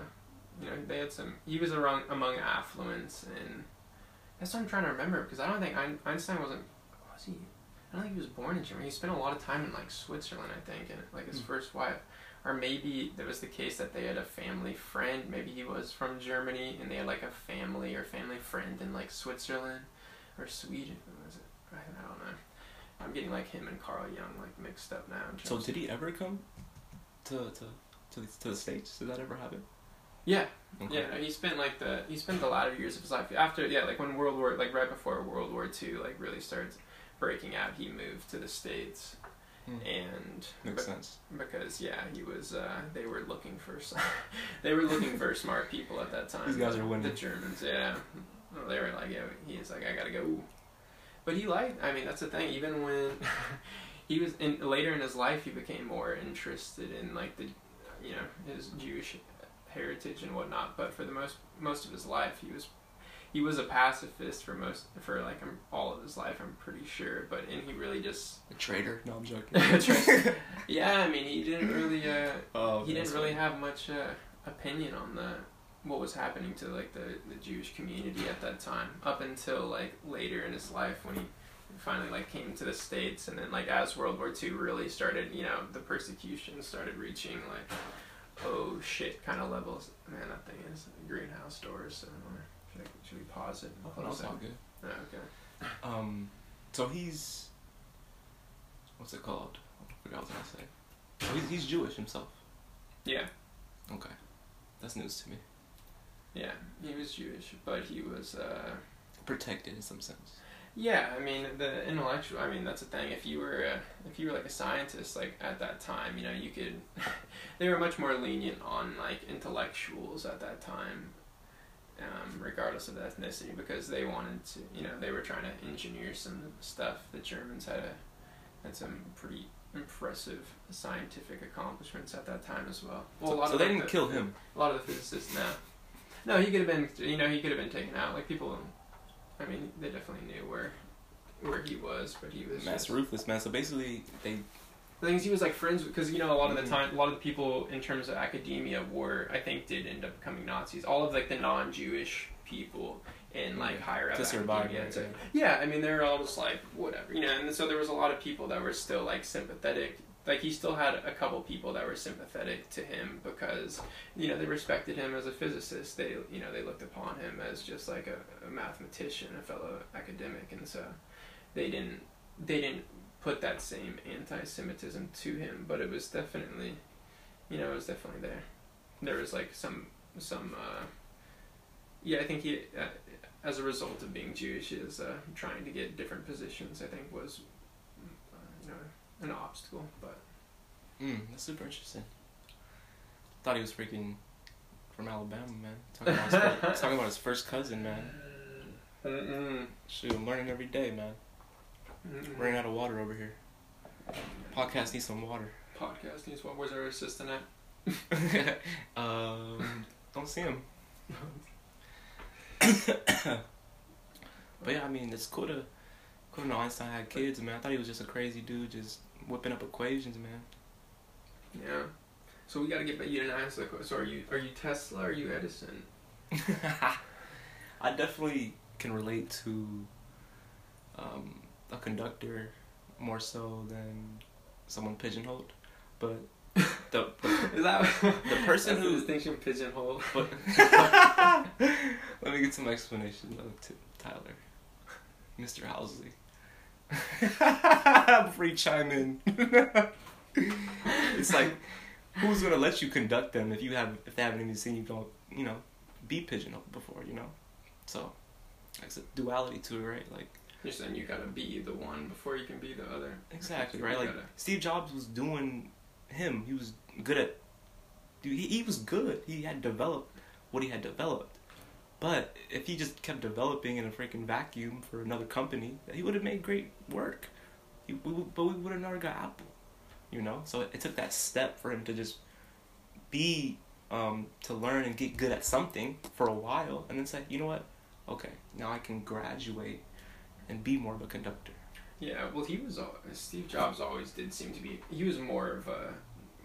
you know, they had some. He was around among affluence, and that's what I'm trying to remember because I don't think Ein- Einstein wasn't. Was he? I don't think he was born in Germany. He spent a lot of time in like Switzerland, I think, and like his first wife, or maybe that was the case that they had a family friend. Maybe he was from Germany, and they had like a family or family friend in like Switzerland or Sweden. Was it? I I don't know. I'm getting like him and Carl Jung like mixed up now. in
So
terms-
did he ever come to to to the, to the states? Did that ever happen?
yeah,
Okay.
Yeah, he spent like the he spent the latter years of his life after yeah like when World War like right before World War Two like really starts breaking out he moved to the states
Hmm.
and
Makes
be-
sense.
because yeah he was uh, they were looking for s- they were looking for smart people at that time
These guys are winning.
the Germans yeah well, they were like yeah he is like I gotta go but he liked I mean that's the thing even when he was in later in his life he became more interested in like the you know his Jewish heritage and whatnot. But for the most most of his life, he was he was a pacifist for most for like um, all of his life. I'm pretty sure. But and he really just
A traitor? No, I'm joking.
Traitor. yeah. I mean, he didn't really uh,
oh,
he didn't
that's
really
funny.
have much uh, opinion on the what was happening to like the, the Jewish community at that time up until like later in his life when he finally like came to the states and then like as World War II really started you know the persecution started reaching like oh shit kind of levels man that thing is a greenhouse doors so should, I, should we pause it
Oh, no, it's all good.
Oh, okay
Um, so he's what's it called? I forgot what I was gonna say. So he's, he's Jewish himself.
yeah
Okay, that's news to me.
yeah he was Jewish but he was uh
Protected in some sense.
Yeah, I mean the intellectual. I mean that's the thing. If you were a, if you were like a scientist, like at that time, you know, you could. they were much more lenient on like intellectuals at that time, um, regardless of ethnicity, because they wanted to. You know, they were trying to engineer some stuff. The Germans had a had some pretty impressive scientific accomplishments at that time as well. Well, a lot
so
of
they
like,
didn't
the-
kill him.
a lot of the physicists now. No, he could have been. You know, he could have been taken out. Like people, I mean, they definitely knew where where he was, but he was.
Mass
just-
ruthless man. So basically, they
the things he was like friends because you know a lot of the time, a lot of the people in terms of academia were, I think, did end up becoming Nazis. All of like the non-Jewish people in like higher up
To survive,
academia.
right,
So- yeah, I mean, they were all just like whatever, you know. And so there was a lot of people that were still like sympathetic. Like he still had a couple people that were sympathetic to him because you know they respected him as a physicist. They you know they looked upon him as just like a, a mathematician, a fellow academic, and so they didn't they didn't put that same anti-Semitism to him, but it was definitely, you know, it was definitely there. There was like some some, uh, yeah, I think he, uh, as a result of being Jewish, is uh, trying to get different positions. I think was, uh, you know, an obstacle, but
Mm, that's super interesting. Thought he was freaking from Alabama, man. Talking about his, first, talking about his first cousin, man.
Mm-mm.
Shoot, I'm learning every day, man.
Mm-mm.
Running out of water over here. Podcast needs some water.
podcast needs one. Where's our assistant at?
um, don't see him. but yeah, I mean, it's cool to cool to know Einstein had kids, man. I thought he was just a crazy dude, just whipping up equations, man.
Yeah. So we gotta get back. You didn't answer the question. So are you are you Tesla? Or are you Edison?
I definitely can relate to um, a conductor more so than someone pigeonholed, but the the,
Is that
the person
that's the
who
distinction pigeonhole?
but, let me get some explanation though to Tyler, Mr. Housley. Before you chime in, it's like who's gonna let you conduct them if you have if they haven't even seen you don't you know be pigeonholed before you know, so it's a duality to it, right? Like.
You're saying you gotta be the one before you can be the other.
Exactly
You
right. Like
gotta-
Steve Jobs was doing him. He was good at. Dude, he, he was good. He had developed what he had developed. But if he just kept developing in a freaking vacuum for another company, he would have made great work. He, we, would- but we would have never got Apple. You know? So it took that step for him to just be, um, to learn and get good at something for a while. And then say, you know what? Okay, now I can graduate and be more of a conductor.
Yeah, well, he was al- Steve Jobs always did seem to be. He was more of a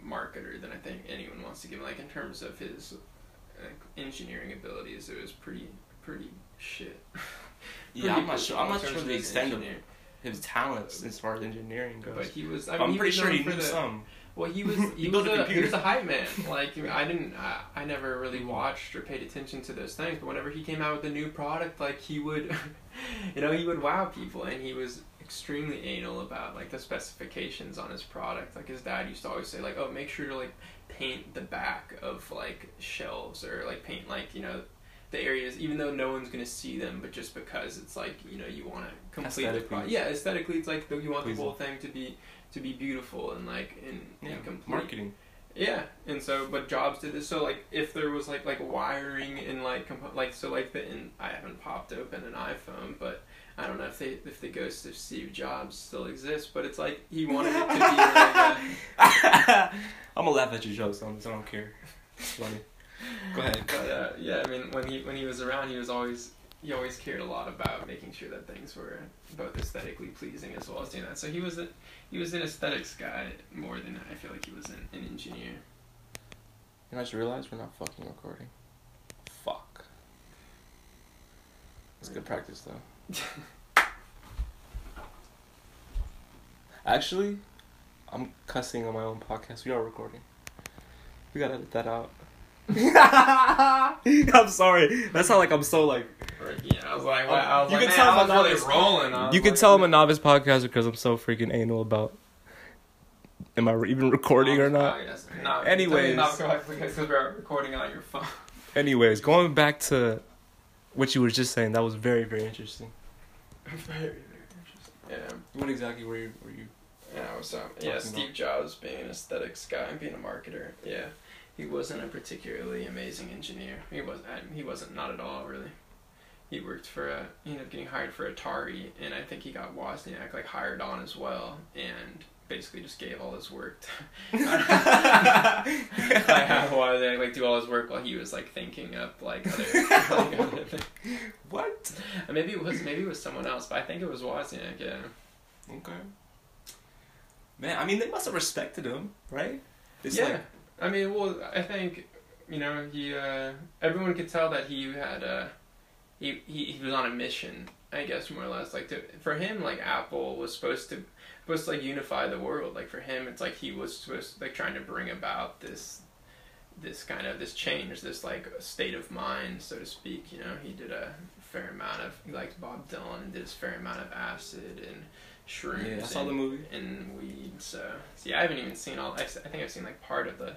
marketer than I think anyone wants to give. Like in terms of his like, engineering abilities, it was pretty pretty shit. Pretty
Yeah, I'm not
pigeonholed
sure. I'm
in
not
terms
sure
of
the
his
extent of
engineering.
his talents as far as engineering goes.
But he was. I
I
mean,
am
he
pretty
was
sure
known
he
for
knew
the-
some.
Well, he was he,
He
was
built a
a, he was
computer.
a hype man. Like I didn't, I, I never really watched or paid attention to those things. But whenever he came out with a new product, like he would, you know, he would wow people, and he was extremely anal about like the specifications on his product. Like his dad used to always say, like, oh, make sure to like paint the back of like shelves or like paint like you know. The areas, even though no one's gonna see them, but just because it's like you know you want to complete the
Aesthetically.
product. Yeah, aesthetically, it's like you want the
Pleasing.
whole thing to be to be beautiful and like and,
Yeah,
and complete.
marketing.
Yeah, and so but Jobs did this. So like, if there was like like wiring and like comp- like so like the in, I haven't popped open an iPhone, but I don't know if they if the ghost of Steve Jobs still exists. But it's like he wanted it to be like a,
I'm gonna laugh at your jokes on this. I don't care. It's funny. Go ahead.
But uh, yeah, I mean, when he when he was around, he was always he always cared a lot about making sure that things were both aesthetically pleasing as well as doing that. So he was a, he was an aesthetics guy more than I feel like he was an, an engineer.
And I just realized we're not fucking recording. Fuck. It's good practice though. Actually, I'm cussing on my own podcast. We are recording. We gotta edit that out. I'm sorry. That's not like I'm so like
Or, yeah, I was like, wow, I was
You
like,
can
man,
tell
I
I'm
was really
not-
rolling. I was
You can
like-
tell I'm a novice podcaster because I'm so freaking anal about am I even recording or not.
No,
Anyways.
not because we're recording on your phone.
Anyways, going back to what you were just saying, that was very very interesting.
Yeah.
What exactly were you? Were you?
Yeah, so yeah,
about-
Steve Jobs being an aesthetics guy and being a marketer. Yeah, he wasn't a particularly amazing engineer. He was I- he wasn't not at all really. He worked for a he ended up getting hired for Atari, and I think he got Wozniak like hired on as well, and basically just gave all his work. To, like how Wozniak like do all his work while he was like thinking up like other. like, other things.
What?
And maybe it was maybe it was someone else, but I think it was Wozniak. Yeah.
Okay. Man, I mean they must have respected him, right? It's
yeah.
like
I mean, well, I think you know he. Uh, everyone could tell that he had a. He, he he was on a mission, I guess, more or less. Like to, for him, like Apple was supposed to supposed to like unify the world. Like for him, it's like he was supposed like trying to bring about this this kind of this change, this like state of mind, so to speak. You know, he did a fair amount of he liked Bob Dylan and did a fair amount of acid and shrooms.
yeah, I saw
and-
the movie.
and weed. So see, I haven't even seen all. I've, s- I think I've seen like part of the.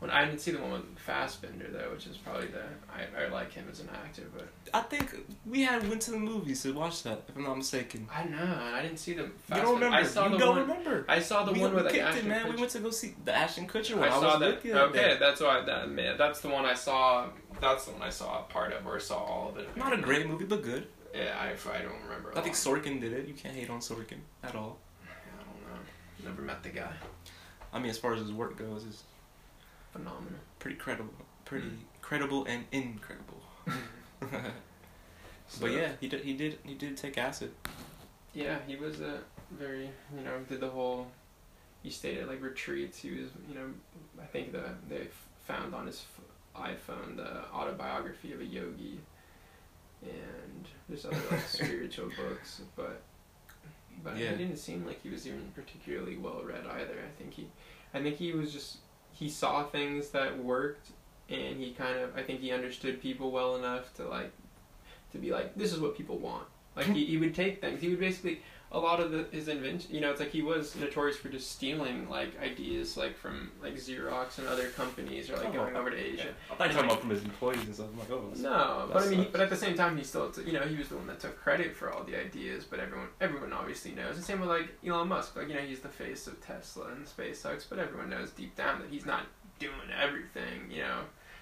When I didn't see the one with Fassbender though, which is probably the I, I like him as an actor, but
I think we had went to the movies to watch that, if I'm not mistaken.
I don't know I didn't see the.
You don't remember?
I saw
you
the
don't
one.
remember.
I saw the
we
one with like,
kicked it,
Ashton
man.
Kutcher.
We went to go see the Ashton Kutcher one.
I,
I,
saw
was
that.
with you that
Okay,
day.
that's why that man, that's the one I saw. That's the one I saw a part of, or I saw all of it.
Not a great movie, but good.
Yeah, I, I don't remember. a
I think
lot.
Sorkin did it. You can't hate on Sorkin at all.
I don't know. Never met the guy.
I mean, as far as his work goes, it's
Phenomenal.
pretty credible, pretty credible and incredible.
So-
but yeah, he did. He did. He did take acid.
Yeah, he was a very you know did the whole. He stayed at like retreats. He was you know I think the they f- found on his f- iPhone the autobiography of a yogi, and there's other like spiritual books, but but
Yeah.
he didn't seem like he was even particularly well read either. I think he, I think he was just he saw things that worked, and he kind of I think he understood people well enough to like to be like this is what people want. Like he, he would take things. He would basically a lot of the, his invention. You know, it's like he was notorious for just stealing like ideas like from like Xerox and other companies or like
Oh.
going over to Asia.
I thought you were talking about from his employees and stuff. I'm like, oh,
No, but I
That
mean,
sucks.
but at the same time, he still, you know, he was the one that took credit for all the ideas. But everyone, everyone obviously knows. The same with like Elon Musk, like you know, he's the face of Tesla and SpaceX. But everyone knows deep down that he's not doing everything. You know,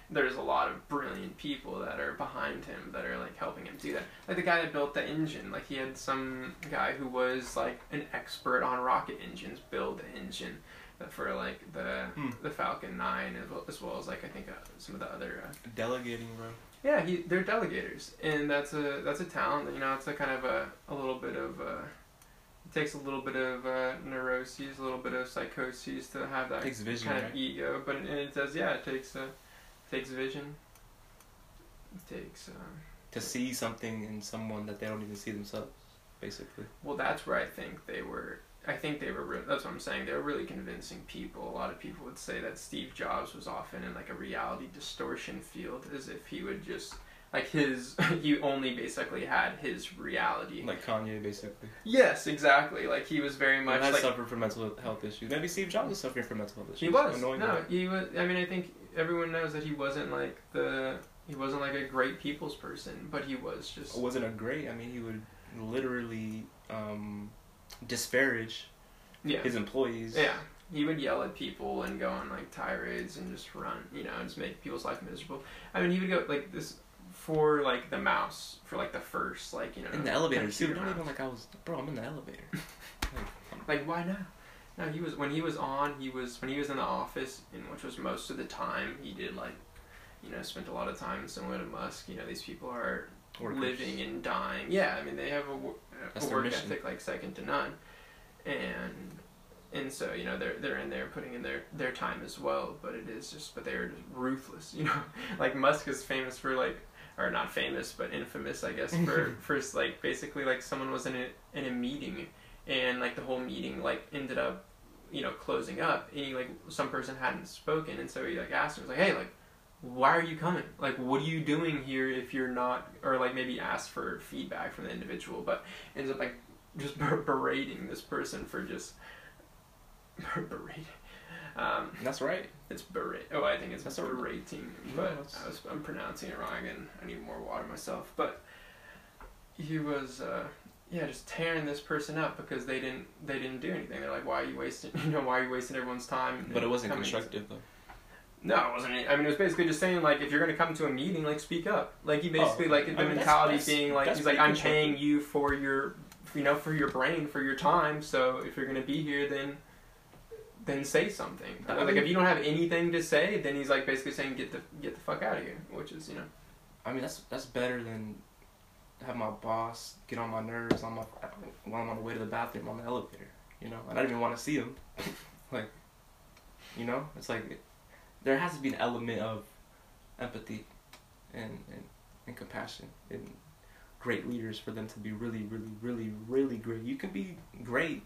there's a lot of brilliant people that are behind him that are like helping him do that. Like the guy that built the engine, like he had some guy who was like an expert on rocket engines build the engine. For like the the Falcon Nine as well as, well as like I think uh, some of the other uh,
delegating, bro.
yeah, he, they're delegators, and that's a that's a talent. You know, it's a kind of a, a little bit of uh it takes a little bit of uh, neuroses, a little bit of psychoses to have that
Takes vision,
kind of
right?
ego. But and it does, yeah, it takes uh, takes vision. It takes um,
To see something in someone that they don't even see themselves, basically.
well, that's where I think they were. I think they were. Re- that's what I'm saying. They were really convincing people. A lot of people would say that Steve Jobs was often in like a reality distortion field, as if he would just like his. he only basically had his reality.
Like Kanye, basically.
Yes, exactly. Like he was very
Much
much
I
like
suffered from mental health issues. Maybe Steve Jobs was suffering from mental health issues.
he was.
Annoying.
No, he was. I mean, I think everyone knows that he wasn't like the. He wasn't like a great people's person, but he was just.
It wasn't a great. I mean, he would literally um, disparage
Yeah.
his employees.
Yeah, he would yell at people and go on like tirades and just run, you know, and just make people's life miserable. I mean, he would go like this for like the mouse, for like the first, like you know,
In the elevator too.
computer
Not
mouse.
even like I was, bro. I'm in the elevator.
Like why not? No, he was when he was on. He was when he was in the office, and which was most of the time. He did like, you know, spent a lot of time similar to Musk. You know, these people are
Workers.
living and dying. Yeah, I mean they have a, wor- a
That's their
work
mission.
ethic like second to none, and and so you know they're they're in there putting in their their time as well. But it is just but they are just ruthless. You know, like Musk is famous for like or not famous but infamous I guess for for like basically like someone was in a in a meeting and like the whole meeting like ended up you know closing up and he like some person hadn't spoken and so he like asked him he was like hey like why are you coming? Like, what are you doing here if you're not, or like maybe ask for feedback from the individual, but ends up like just ber- berating this person for just ber- berating. Um,
And That's right.
it's berate. Oh, I think it's
That's a-
berating,
No,
but
that's-
I was, I'm pronouncing it wrong, and I need more water myself. But he was, uh, yeah, just tearing this person up because they didn't they didn't do anything. They're like, why are you wasting? You know, why are you wasting everyone's time?
But it wasn't
Coming.
constructive though.
No, it wasn't. any- I mean, it was basically just saying like, if you're gonna come to a meeting, like, speak up. Like, he basically
Oh,
like
I
the
mean, that's-
mentality
that's-
being like,
that's
he's like,
pretty
I'm paying
constructive.
you for your, you know, for your brain, for your time. So if you're gonna be here, then, then say something.
I
like,
mean-
if you don't have anything to say, then he's like basically saying, get the get the fuck out of here, which is you know,
I mean, that's that's better than have my boss get on my nerves on my while I'm on the way to the bathroom on the elevator. You know, and I don't even want to see him. like, you know, it's like there has to be an element of empathy and and, and compassion and great leaders for them to be really, really, really, really great. You can be great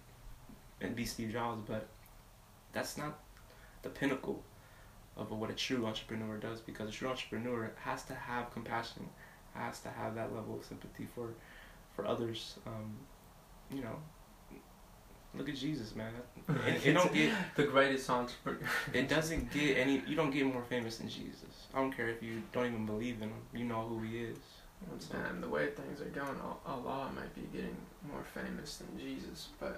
and be Steve Jobs, but that's not the pinnacle of what a true entrepreneur does because a true entrepreneur has to have compassion has to have that level of sympathy for for others um you know look at jesus man it, it don't get
the greatest entrepreneur.
it doesn't get any you don't get more famous than jesus i don't care if you don't even believe in him you know who he is So-
And the way things are going, Al- Allah might be getting more famous than Jesus, but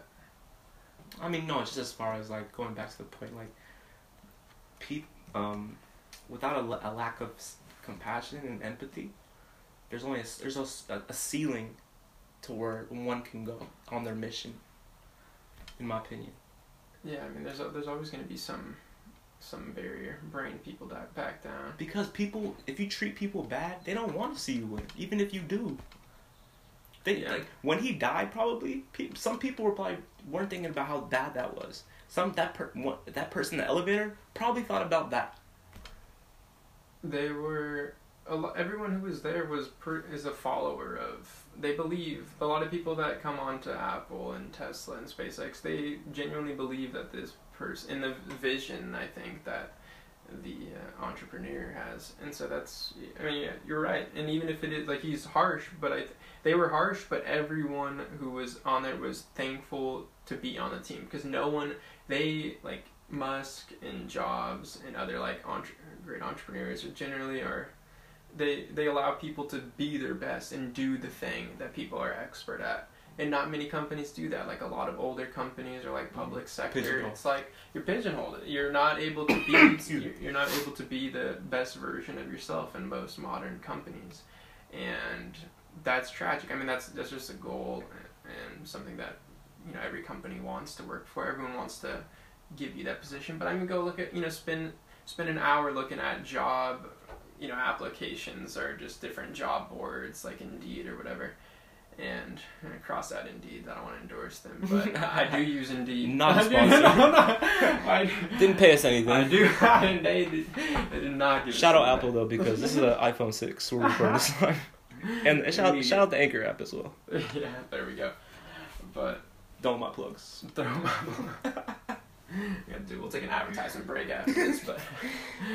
I mean, no, it's just as far as like going back to the point, like, peop um, without a, la- a lack of s- compassion and empathy, there's only a, s- there's a, s- a- a ceiling to where one can go on their mission. In my opinion,
yeah, I mean, there's al- there's always gonna be some some barrier, brain people die back down.
because people, if you treat people bad, they don't want to see you win, even if you do. They
Yeah.
like when he died, probably pe- some people were probably weren't thinking about how bad that was. Some that per- one, that person in the elevator probably thought about that.
they were a lot, everyone who was there was per, is a follower of they believe a lot of people that come onto apple and tesla and spacex they genuinely believe that this person in the vision I think that the uh, entrepreneur has, and so that's I mean yeah, you're right, and even if it is like he's harsh, but I th- they were harsh, but everyone who was on there was thankful to be on the team because no one they like Musk and Jobs and other like entre- great entrepreneurs are generally are they they allow people to be their best and do the thing that people are expert at and not many companies do that like a lot of older companies or like public sector
Pigeonhole.
it's like you're pigeonholed you're not able to be you're- you're not able to be the best version of yourself in most modern companies and that's tragic i mean that's that's just a goal and something that you know every company wants to work for everyone wants to give you that position but i mean go look at you know spend spend an hour looking at job you know applications or just different job boards like Indeed or whatever. And eh, cross out Indeed. I don't want to endorse them, but I do use Indeed.
Not a
I do-
sponsor.
no, no. I,
Didn't pay us
I
anything.
do. I, they, did, they did not give.
Shout
us
out
that.
Apple though because this is an iPhone six. We're recording this on, and shout out, shout out the Anchor app as well.
yeah, there we go. But
Don't my plugs.
throw them out. yeah, dude, we'll take an advertisement break after this, but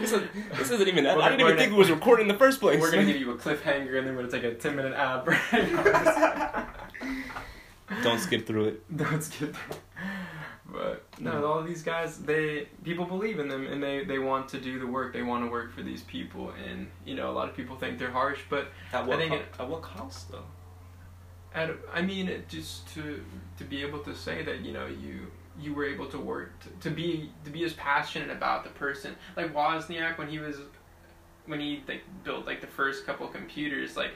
This, is, this isn't even that.
We're-
I didn't
we're
even think
gonna-
we was recording in the first place.
we're gonna give you a cliffhanger, and then we're gonna take a ten minute ad break.
Don't skip through it.
That's good. But no,
Mm.
all these guys, they people believe in them, and they they want to do the work. They want to work for these people, and you know, a lot of people think they're harsh, but
At
what
what,
co-
at what cost though?
at, I mean, it just to to be able to say that you know you you were able to work to, to be to be as passionate about the person like Wozniak when he was when he like built like the first couple computers like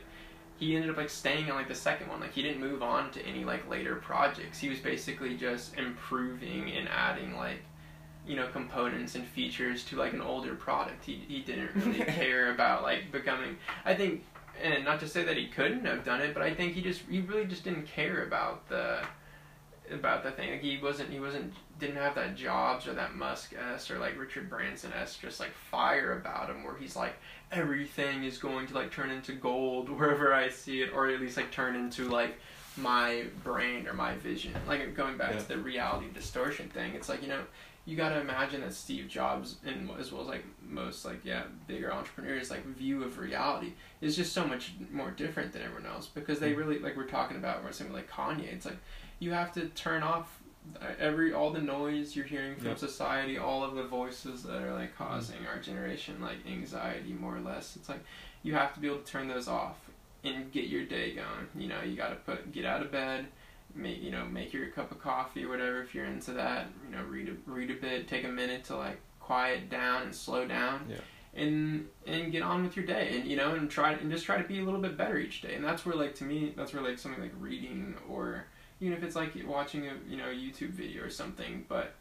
he ended up like staying on like the second one like he didn't move on to any like later projects he was basically just improving and adding like you know components and features to like an older product he, he didn't really care about like becoming i think and not to say that he couldn't have done it but i think he just he really just didn't care about the about the thing like he wasn't he wasn't didn't have that jobs or that musk s or like richard branson s just like fire about him where he's like everything is going to like turn into gold wherever I see it, or at least like turn into like my brand or my vision. Like going back to the reality distortion thing, it's like you know you got to imagine that Steve Jobs and as well as like most like yeah bigger entrepreneurs like view of reality is just so much more different than everyone else because they really like we're talking about or something like Kanye. It's like you have to turn off uh, every all the noise you're hearing from
Yeah.
society, all of the voices that are like causing our generation like anxiety more or less. It's like you have to be able to turn those off and get your day going. You know, you got to put get out of bed, make you know make your cup of coffee or whatever if you're into that. You know, read a, read a bit, take a minute to like quiet down and slow down.
Yeah.
And and get on with your day, and you know, and try and just try to be a little bit better each day. And that's where, like, to me, that's where like something like reading or even if it's like watching a you know YouTube video or something, but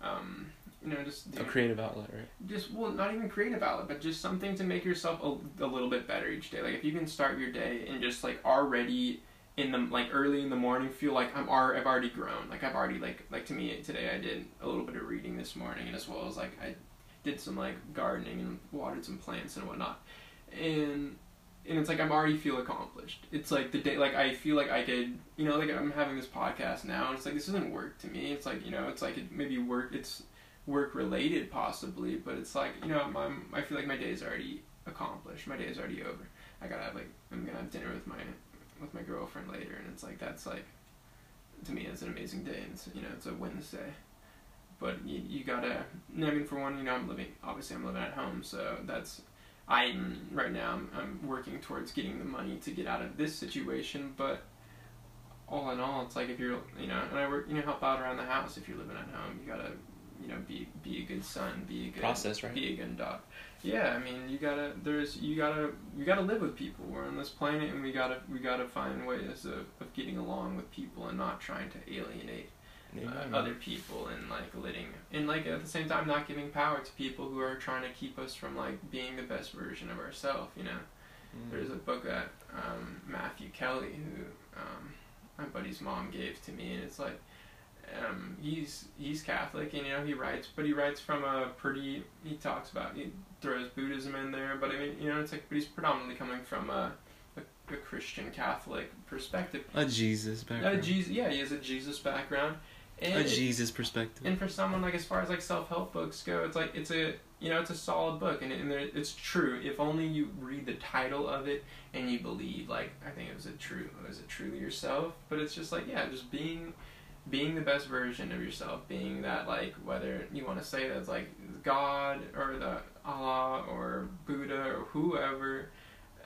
um, you know just
A
doing-
creative outlet, right?
just well not even creative outlet, but just something to make yourself a, a little bit better each day. Like if you can start your day and just like already in the like early in the morning feel like I'm ar- I've already grown. Like I've already like like to me today I did a little bit of reading this morning and as well as like I did some like gardening and watered some plants and whatnot. And and it's like I'm already feel accomplished. It's like the day, like I feel like I could, you know, like I'm having this podcast now, and it's like this isn't work to me. It's like you know, it's like it maybe work. It's work related possibly, but it's like you know, I'm, I'm- i feel like my day is already accomplished. My day is already over. I gotta have like I'm gonna have dinner with my with my girlfriend later, and it's like that's like to me it's an amazing day, and it's you know it's a Wednesday. But you, you gotta. I mean, for one, you know, I'm living. Obviously, I'm living at home, so that's I'm right now. I'm, I'm working towards getting the money to get out of this situation, but all in all, it's like if you're, you know, and I work, you know, help out around the house. If you're living at home, you gotta, you know, be be a good son, be a good
Process, right?
be a good dog. Yeah, I mean, you gotta. There's you gotta you gotta live with people. We're on this planet, and we gotta we gotta find ways of, of getting along with people and not trying to alienate uh, other people and like letting and like at the same time not giving power to people who are trying to keep us from like being the best version of ourselves you know there's a book that um, matthew kelly who um, my buddy's mom gave to me and it's like um, he's he's catholic and you know he writes but he writes from a pretty he talks about he throws buddhism in there but i mean you know it's like but he's predominantly coming from a, a, a christian catholic perspective
A Jesus
uh,
background.
Jesus, yeah, he has a Jesus background, And-
Jesus perspective.
And for someone like as far as like self help books go, it's like it's a you know it's a solid book and, it- and there, it's true. If only you read the title of it and you believe like I think it was a true it was it truly yourself. But it's just like yeah, just being being the best version of yourself, being that like whether you want to say that's like God or the Allah or Buddha or whoever.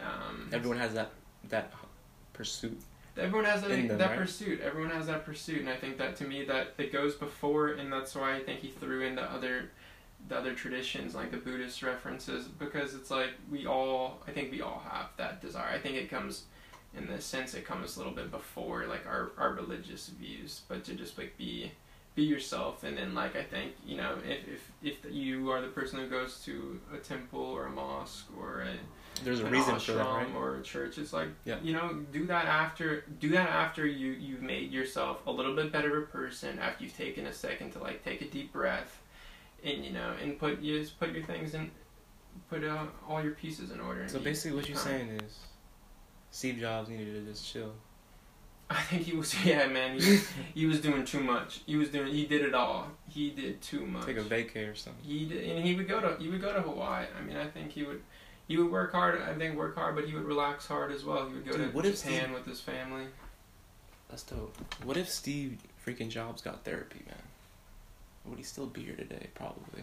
Um,
Everyone has that that pursuit.
Everyone has that,
in them,
that
right?
pursuit. Everyone has that pursuit, and I think that to me that it goes before, and that's why I think he threw in the other, the other traditions like the Buddhist references because it's like we all, I think we all have that desire. I think it comes, in the sense, it comes a little bit before like our our religious views, but to just like be, be yourself, and then like I think you know if if if you are the person who goes to a temple or a mosque or a
There's a
an
reason for that,
ashram
right?
Or a church. It's like
Yeah.
you know, do that after do that after you you've made yourself a little bit better of a person. After you've taken a second to like take a deep breath, and you know, and put you just put your things in, put uh, all your pieces in order. and
So
be-
basically, what you're
um,
saying is, Steve Jobs needed to just chill.
I think he was yeah man he, he was doing too much. He was doing he did it all. He did too much.
Take a vacay or something.
He did, and he would go to he would go to Hawaii. I mean, I think he would he would work hard. I think work hard, but he would relax hard as well. He would go
Dude,
to
what if
Japan with his family.
That's dope. What if Steve freaking Jobs got therapy, man? Would he still be here today? Probably.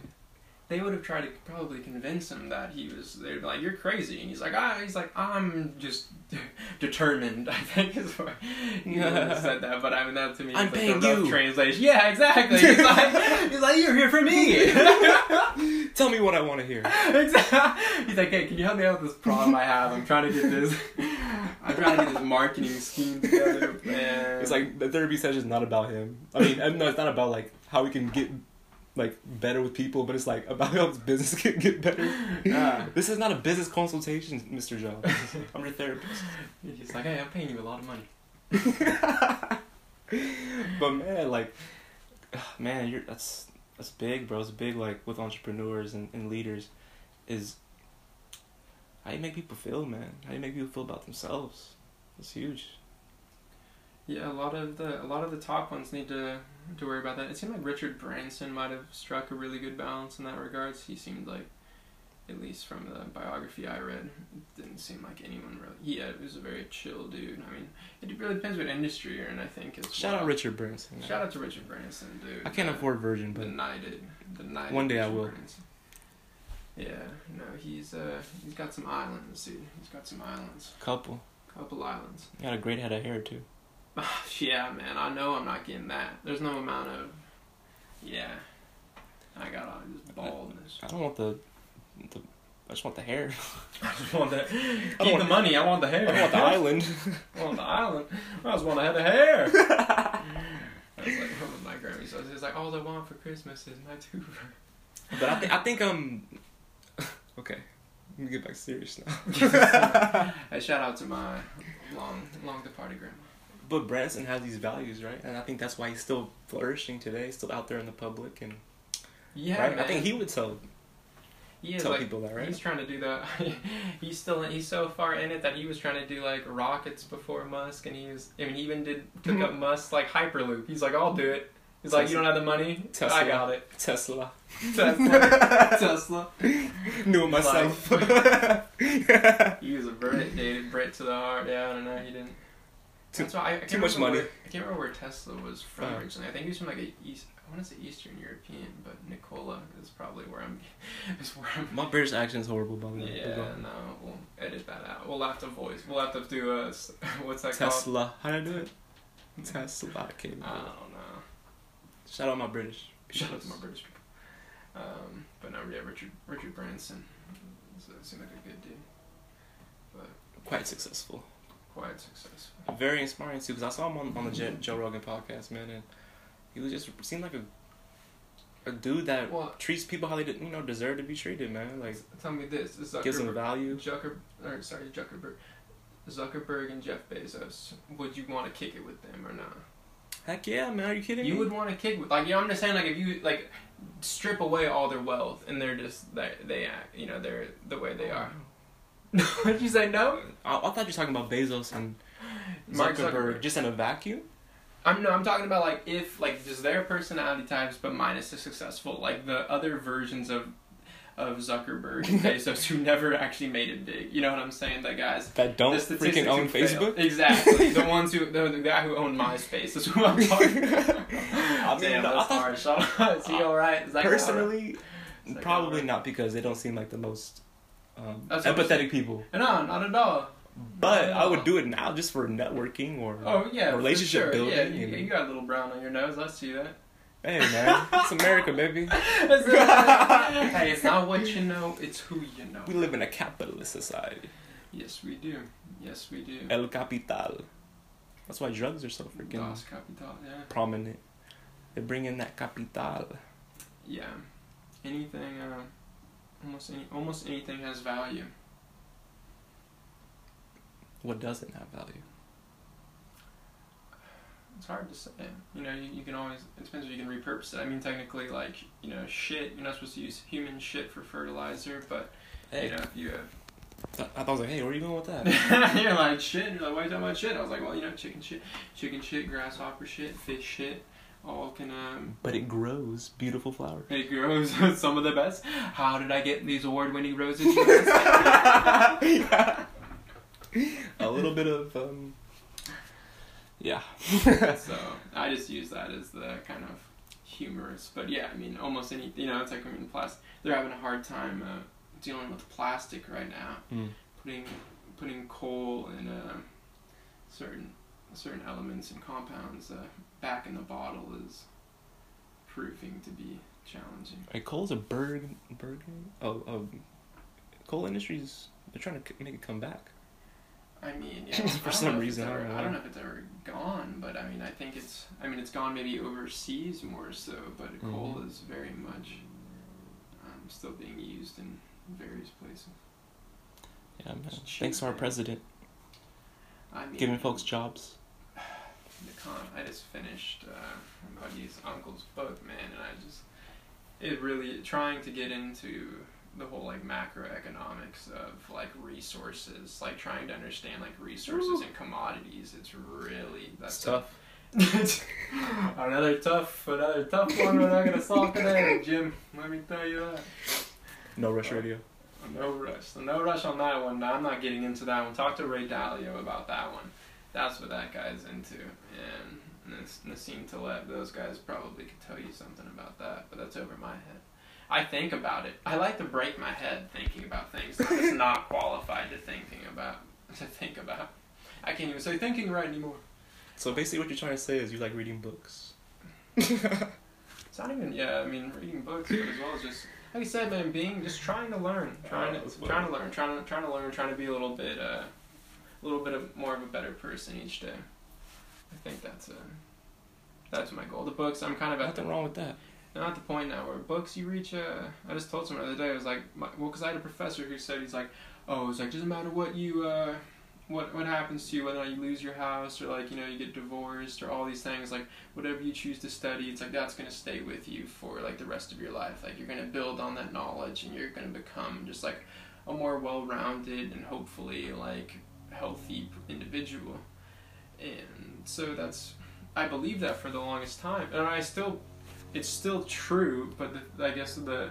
They would have tried to probably convince him that he was. They'd be like, "You're crazy," and he's like, "Ah," he's like, "I'm just determined." I think is what he would have said that. But I mean, that to me
I'm
is like
paying
the rough
you.
translation. Yeah, exactly. He's like, he's like, "You're here for me."
Tell me what I want to hear.
Exactly. He's like, hey, can you help me out with this problem I have? I'm trying to get this. I'm trying to get this marketing scheme together. Man.
It's like the therapy session is not about him. I mean, no, it's not about like how we can get like better with people, but it's like about how his business can get better.
Ah.
This is not a business consultation, Mr. Jobs. I'm your therapist.
he's like, hey, I'm paying you a lot of money.
But man, like, ah, man, you're that's that's big, bro. It's big, like with entrepreneurs and, and leaders, is how you make people feel, man. How you make people feel about themselves. That's huge.
Yeah, a lot of the a lot of the top ones need to to worry about that. It seemed like Richard Branson might have struck a really good balance in that regards. He seemed like, at least from the biography I read, it didn't seem like anyone really. Yeah, it was a very chill dude. I mean, it really depends what industry you're in. I think as
Shout
well.
out Richard Branson. man.
Shout out to Richard Branson, dude.
I can't
man.
afford Virgin, but
Benighted. Benighted.
One day I will.
Brands. Yeah, no, he's uh, he's got some islands, dude. He's got some islands,
couple.
couple islands.
You got a great head of hair too.
yeah, man, I know I'm not getting that. There's no amount of, yeah, I got all this baldness.
I don't want the, the I just want the hair.
I just want that. Keep
want
the money. I want the hair.
I don't want the island.
I want the island. I just want to have the hair. I was like, what was my Grammy says? It's like, all I want for Christmas is my tooth.
But I, th- I think um, okay, let me get back serious now.
Hey, shout out to my long, long departed grandma.
But Branson has these values, right? And I think that's why he's still flourishing today, still out there in the public, and
Yeah,
right. I
man.
think he would tell
he is
tell
like
people that, right?
he's trying to do that. he's still he's so far in it that he was trying to do like rockets before Musk, and he was. I mean, he even did took up Musk like Hyperloop. He's like, I'll do it. He's like, you don't have the money.
Tesla.
I got it.
Tesla.
Tesla. Tesla.
Knew it myself. Too
He was a Brit, dude. Brit to the heart. Yeah, I don't know. He didn't.
Too-
That's why I, I can't
too much
remember
money.
Where, I can't remember where Tesla was from
Oh.
originally. I think he was from like a East. I want to say Eastern European, but Nicola is probably where I'm. Is where I'm
My British accent's horrible, by the way.
Yeah, no, we'll edit that out. We'll have to voice. We'll have to do a s- what's that called?
Tesla. How did I do it? Tesla. I can't
I
remember.
don't know.
Shout out my British.
Ah. Shout out to
peoples.
my British people. Um, but no, yeah, Richard Richard Branson. So it seemed like a good dude,
Quite successful.
quite successful.
very inspiring too because I saw him on, on the Je- Joe Rogan podcast, man, and he was just seemed like a a dude that
Well-
treats people how they you know deserve to be treated, man. Like
Tell me this: Zuckerberg,
gives them value.
Zucker, or sorry, Zuckerberg, Zuckerberg and Jeff Bezos. Would you want to kick it with them or not?
Heck yeah, man! Are you kidding
You
me?
would want to kick with like you know, I'm just saying like if you like strip away all their wealth and they're just they they act you know they're the way they are. Would you say no?
I, I thought you were talking about Bezos and
Mark
Zuckerberg,
Zuckerberg.
just in a vacuum.
I'm no, I'm talking about like if like just their personality types, but minus the successful, like the other versions of of Zuckerberg and Bezos who never actually made it big. You know what I'm saying? The guys
That don't
the
freaking
statistics
own
who failed.
Facebook?
Exactly. the ones who the, the guy who owned MySpace is who I'm talking. about. I
mean,
Damn, that
I
was
thought-
hard. Shut up. Is he all right? Is that guy all right?
Personally,
Is that guy all
probably
right?
not because they don't seem like the most um,
That's what I'm
empathetic
saying.
people.
No, not at all.
But I would
No.
do it now just for networking or
Oh yeah, for
relationship
sure.
building.
Yeah, you,
and-
you got a little brown on your nose. I see that.
Hey man, it's America, baby.
hey, it's not what you know; it's who you know.
We live in a capitalist society.
Yes, we do. Yes, we do.
El capital. That's why drugs are so freaking
Dos Capital, yeah.
prominent. They bring in that capital.
Yeah. Anything, uh, almost any, almost anything has value.
What doesn't have value?
It's hard to say. You know, you, you can always it depends if you can repurpose it. I mean, technically, like you know, shit. You're not supposed to use human shit for fertilizer, but
Hey,
you know, if you have
I thought I was like, hey, where are you going with that?
you're like shit. You're like, why are you talking about shit? I was like, well, you know, chicken shit, chicken shit, grasshopper shit, fish shit, all can um.
but it grows beautiful flowers.
It grows some of the best. How did I get these award-winning roses? you ask?
A little bit of um. Yeah.
so I just use that as the kind of humorous. But yeah, I mean, almost any you know, it's like I mean, plastic. They're having a hard time uh, dealing with plastic right now.
Mm.
Putting putting coal and uh, certain certain elements and compounds uh, back in the bottle is proving to be challenging.
Hey, coal's a bird. Bird. Oh, oh. Coal industries. They're trying to c- make it come back.
I mean, yeah,
For
I don't
some
know if
reason,
it's
I don't
ever-
know
I
why.
don't know if it's ever gone, but I mean, I think it's. I mean, it's gone maybe overseas more so, but
Mm-hmm.
coal is very much um, still being used in various places.
Yeah, man.
It's cheap,
Thanks to our
man.
president,
I mean,
giving folks jobs.
the con- I just finished uh, my buddy's uncle's book, man, and I just it really trying to get into the whole like macroeconomics of like resources, like trying to understand like resources and commodities. It's really that's
It's tough.
another tough, another tough one. We're not gonna solve today, Jim. Let me tell you that.
No rush radio.
No rush. No rush on that one. I'm not getting into that one. Talk to Ray Dalio about that one. That's what that guy's into. And Nas- Nassim Taleb, those guys probably could tell you something about that, but that's over my head. I think about it. I like to break my head thinking about things that I'm not qualified to thinking about. To think about. I can't even say thinking right anymore.
So basically, what you're trying to say is you like reading books.
It's not even. Yeah, I mean, reading books, but as well as just like you said, man, being just trying to learn, trying
Oh,
to
well.
trying to learn, trying to trying to learn, trying to be a little bit uh, a little bit of more of a better person each day. I think that's uh, that's my goal. The books, I'm kind of at the
Nothing wrong with that.
not at the point now where books you reach. Uh, I just told someone the other day. I was like, my, well, because I had a professor who said he's like, oh, it's like doesn't matter what you. Uh, what, what happens to you whether or not you lose your house or like you know you get divorced or all these things like whatever you choose to study it's like that's going to stay with you for like the rest of your life like you're going to build on that knowledge and you're going to become just like a more well-rounded and hopefully like healthy individual and so that's i believe that for the longest time and i still it's still true but the, i guess the, the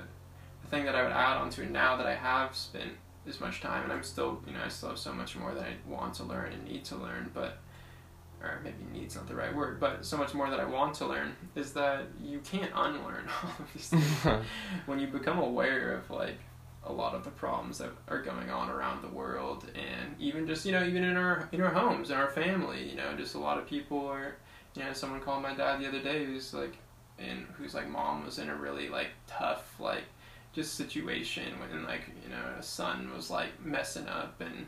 thing that i would add on to it now that i have spent as much time and I'm still you know I still have so much more that I want to learn and need to learn but or maybe need's not the right word but so much more that I want to learn is that you can't unlearn all of these things when you become aware of like a lot of the problems that are going on around the world and even just you know even in our in our homes in our family you know just a lot of people are you know someone called my dad the other day who's like and whose like mom was in a really like tough like just situation when like you know a son was like messing up and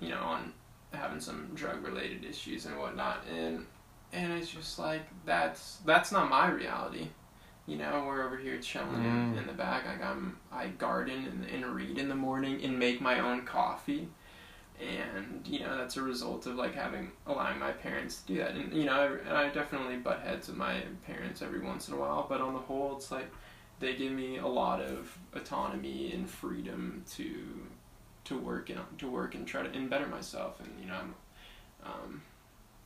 you know on having some drug related issues and whatnot and and it's just like that's that's not my reality you know we're over here chilling in in the back like i'm i garden and, and read in the morning and make my own coffee and you know that's a result of like having allowing my parents to do that and you know I, and I definitely butt heads with my parents every once in a while but on the whole it's like they give me a lot of autonomy and freedom to to work and to work and try to and better myself and you know I'm um,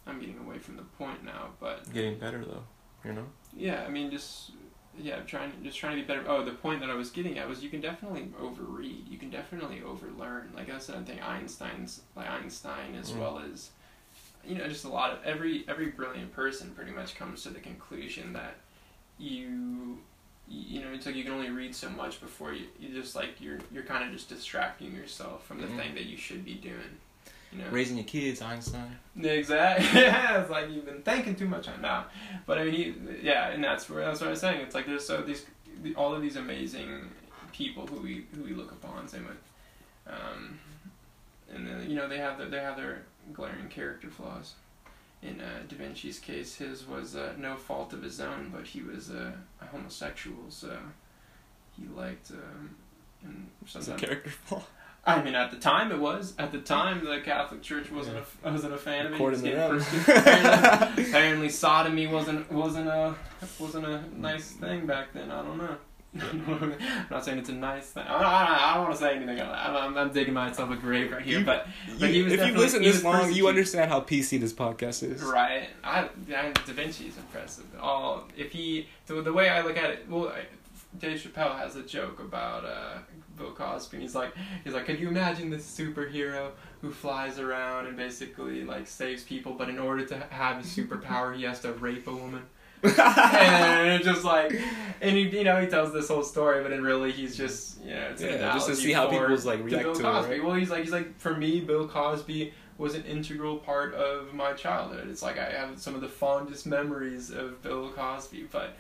I I'm getting away from the point now, but
Getting better though, you know.
yeah, I mean, just yeah, I'm trying just trying to be better. Oh, the point that I was getting at was you can definitely overread. You can definitely overlearn. Like that's another thing. Einstein's like Einstein as well as you know just a lot of every every brilliant person pretty much comes to the conclusion that you you know it's like you can only read so much before you you just like you're you're kind of just distracting yourself from the thing that you should be doing. You know?
Raising your kids, Einstein.
Exactly. Yeah, it's like you've been thinking too much on that. But I mean, you- yeah, and that's where that's what I was saying. It's like there's so these all of these amazing people who we who we look upon, same with, um, and then you know they have their, they have their glaring character flaws. In uh, Da Vinci's case, his was uh, no fault of his own, but he was uh, a homosexual, so he liked um, and
That's a
sometimes
character flaw.
I mean, at the time it was. At the time, the Catholic Church wasn't a, wasn't a fan of it. He was
According to them.
getting persecuted. apparently, apparently, sodomy wasn't wasn't a wasn't a nice thing back then. I don't know. I'm not saying it's a nice thing. I don't, I don't, I don't want to say anything. I'm, I'm, I'm digging myself a grave right here,
You-
but but he
You-
was
if you
definitely-
listen
he
this
was
long, you
persecuted.
understand how PC this podcast is.
Right. I, I Da Vinci's impressive. All if he the, the way I look at it, well, I, Dave Chappelle has a joke about uh, Bill Cosby. He's like, he's like, could you imagine this superhero who flies around and basically like saves people, but in order to have his superpower, he has to rape a woman. and it's just like, and he, you know, he tells this whole story, but then really he's just, you know, it's an
Yeah, just to
analogy
see how
for-
people's, like, react
Bill
to it,
Cosby.
right?
Well, he's like, he's like, for me, Bill Cosby was an integral part of my childhood. It's like I have some of the fondest memories of Bill Cosby, but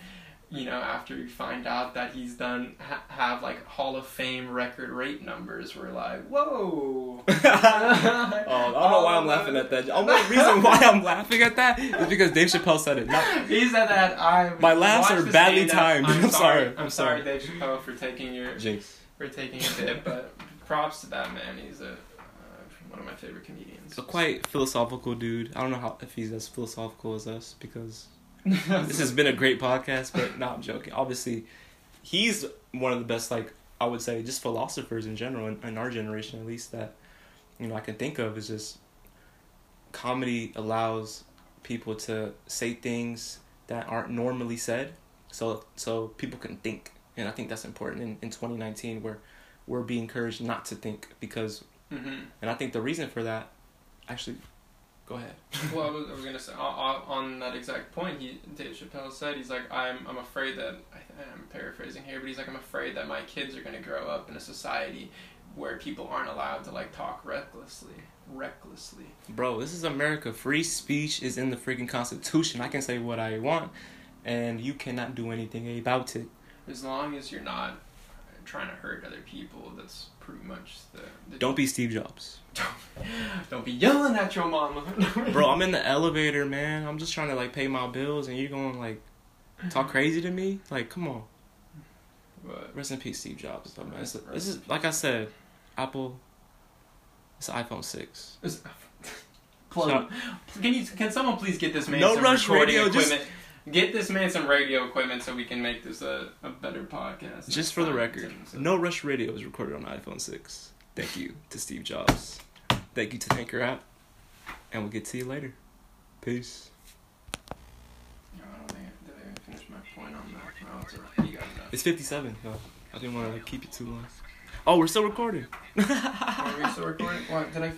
you know, after you find out that he's done ha- have like Hall of Fame record rate numbers, we're like, whoa.
Oh, I don't know why I'm laughing at that. The only reason why I'm laughing at that is because Dave Chappelle said it. Not,
He said that I.
My laughs are
watched the
badly timed.
stand-up. I'm,
I'm
sorry.
sorry.
I'm
I'm
sorry,
sorry.
Dave Chappelle, for taking your
Jinx.
for taking a bit, but props to that man. He's a uh, one of my favorite comedians.
A quite philosophical dude. I don't know how if he's as philosophical as us because this has been a great podcast. But no, I'm joking. Obviously, he's one of the best. Like I would say, just philosophers in general, in, in our generation at least, that you know I can think of is just comedy allows people to say things that aren't normally said, so so people can think, and I think that's important in in 2019 where we're being encouraged not to think because
hmm
and I think the reason for that, actually, go ahead.
Well, I was, I was gonna say on- on, Uh, on that exact point. He Dave Chappelle said he's like I'm. I'm afraid that I, I'm paraphrasing here, but he's like I'm afraid that my kids are gonna grow up in a society where people aren't allowed to like talk recklessly, recklessly.
Bro, this is America. Free speech is in the freaking Constitution. I can say what I want, and you cannot do anything about it.
As long as you're not trying to hurt other people, that's pretty much the. the
Don't be Steve Jobs.
don't be yelling at your mama,
Bro, I'm in the elevator, man. I'm just trying to, like, pay my bills, and you're going, to like, talk crazy to me? Like, come on.
But
Rest in peace, Steve Jobs. Though, man. It's- this is, like I said, Apple, it's an iPhone 6.
Is- Plug. Can you? Can someone please get this man
No
some
rush
recording
radio, just-
equipment? Get this man some radio equipment so we can make this a, a better podcast.
Just for the
Um,
record,
so-
No Rush Radio was recorded on iPhone 6. Thank you to Steve Jobs. Thank you to Anchor App. And we'll get to you later. Peace.
No, I don't think I, Oh, did I finish my point on that. No, it's alright. You got enough.
It's 57. Yo. I didn't want to keep you too long. Oh, we're still recording.
Are we still recording? What, did I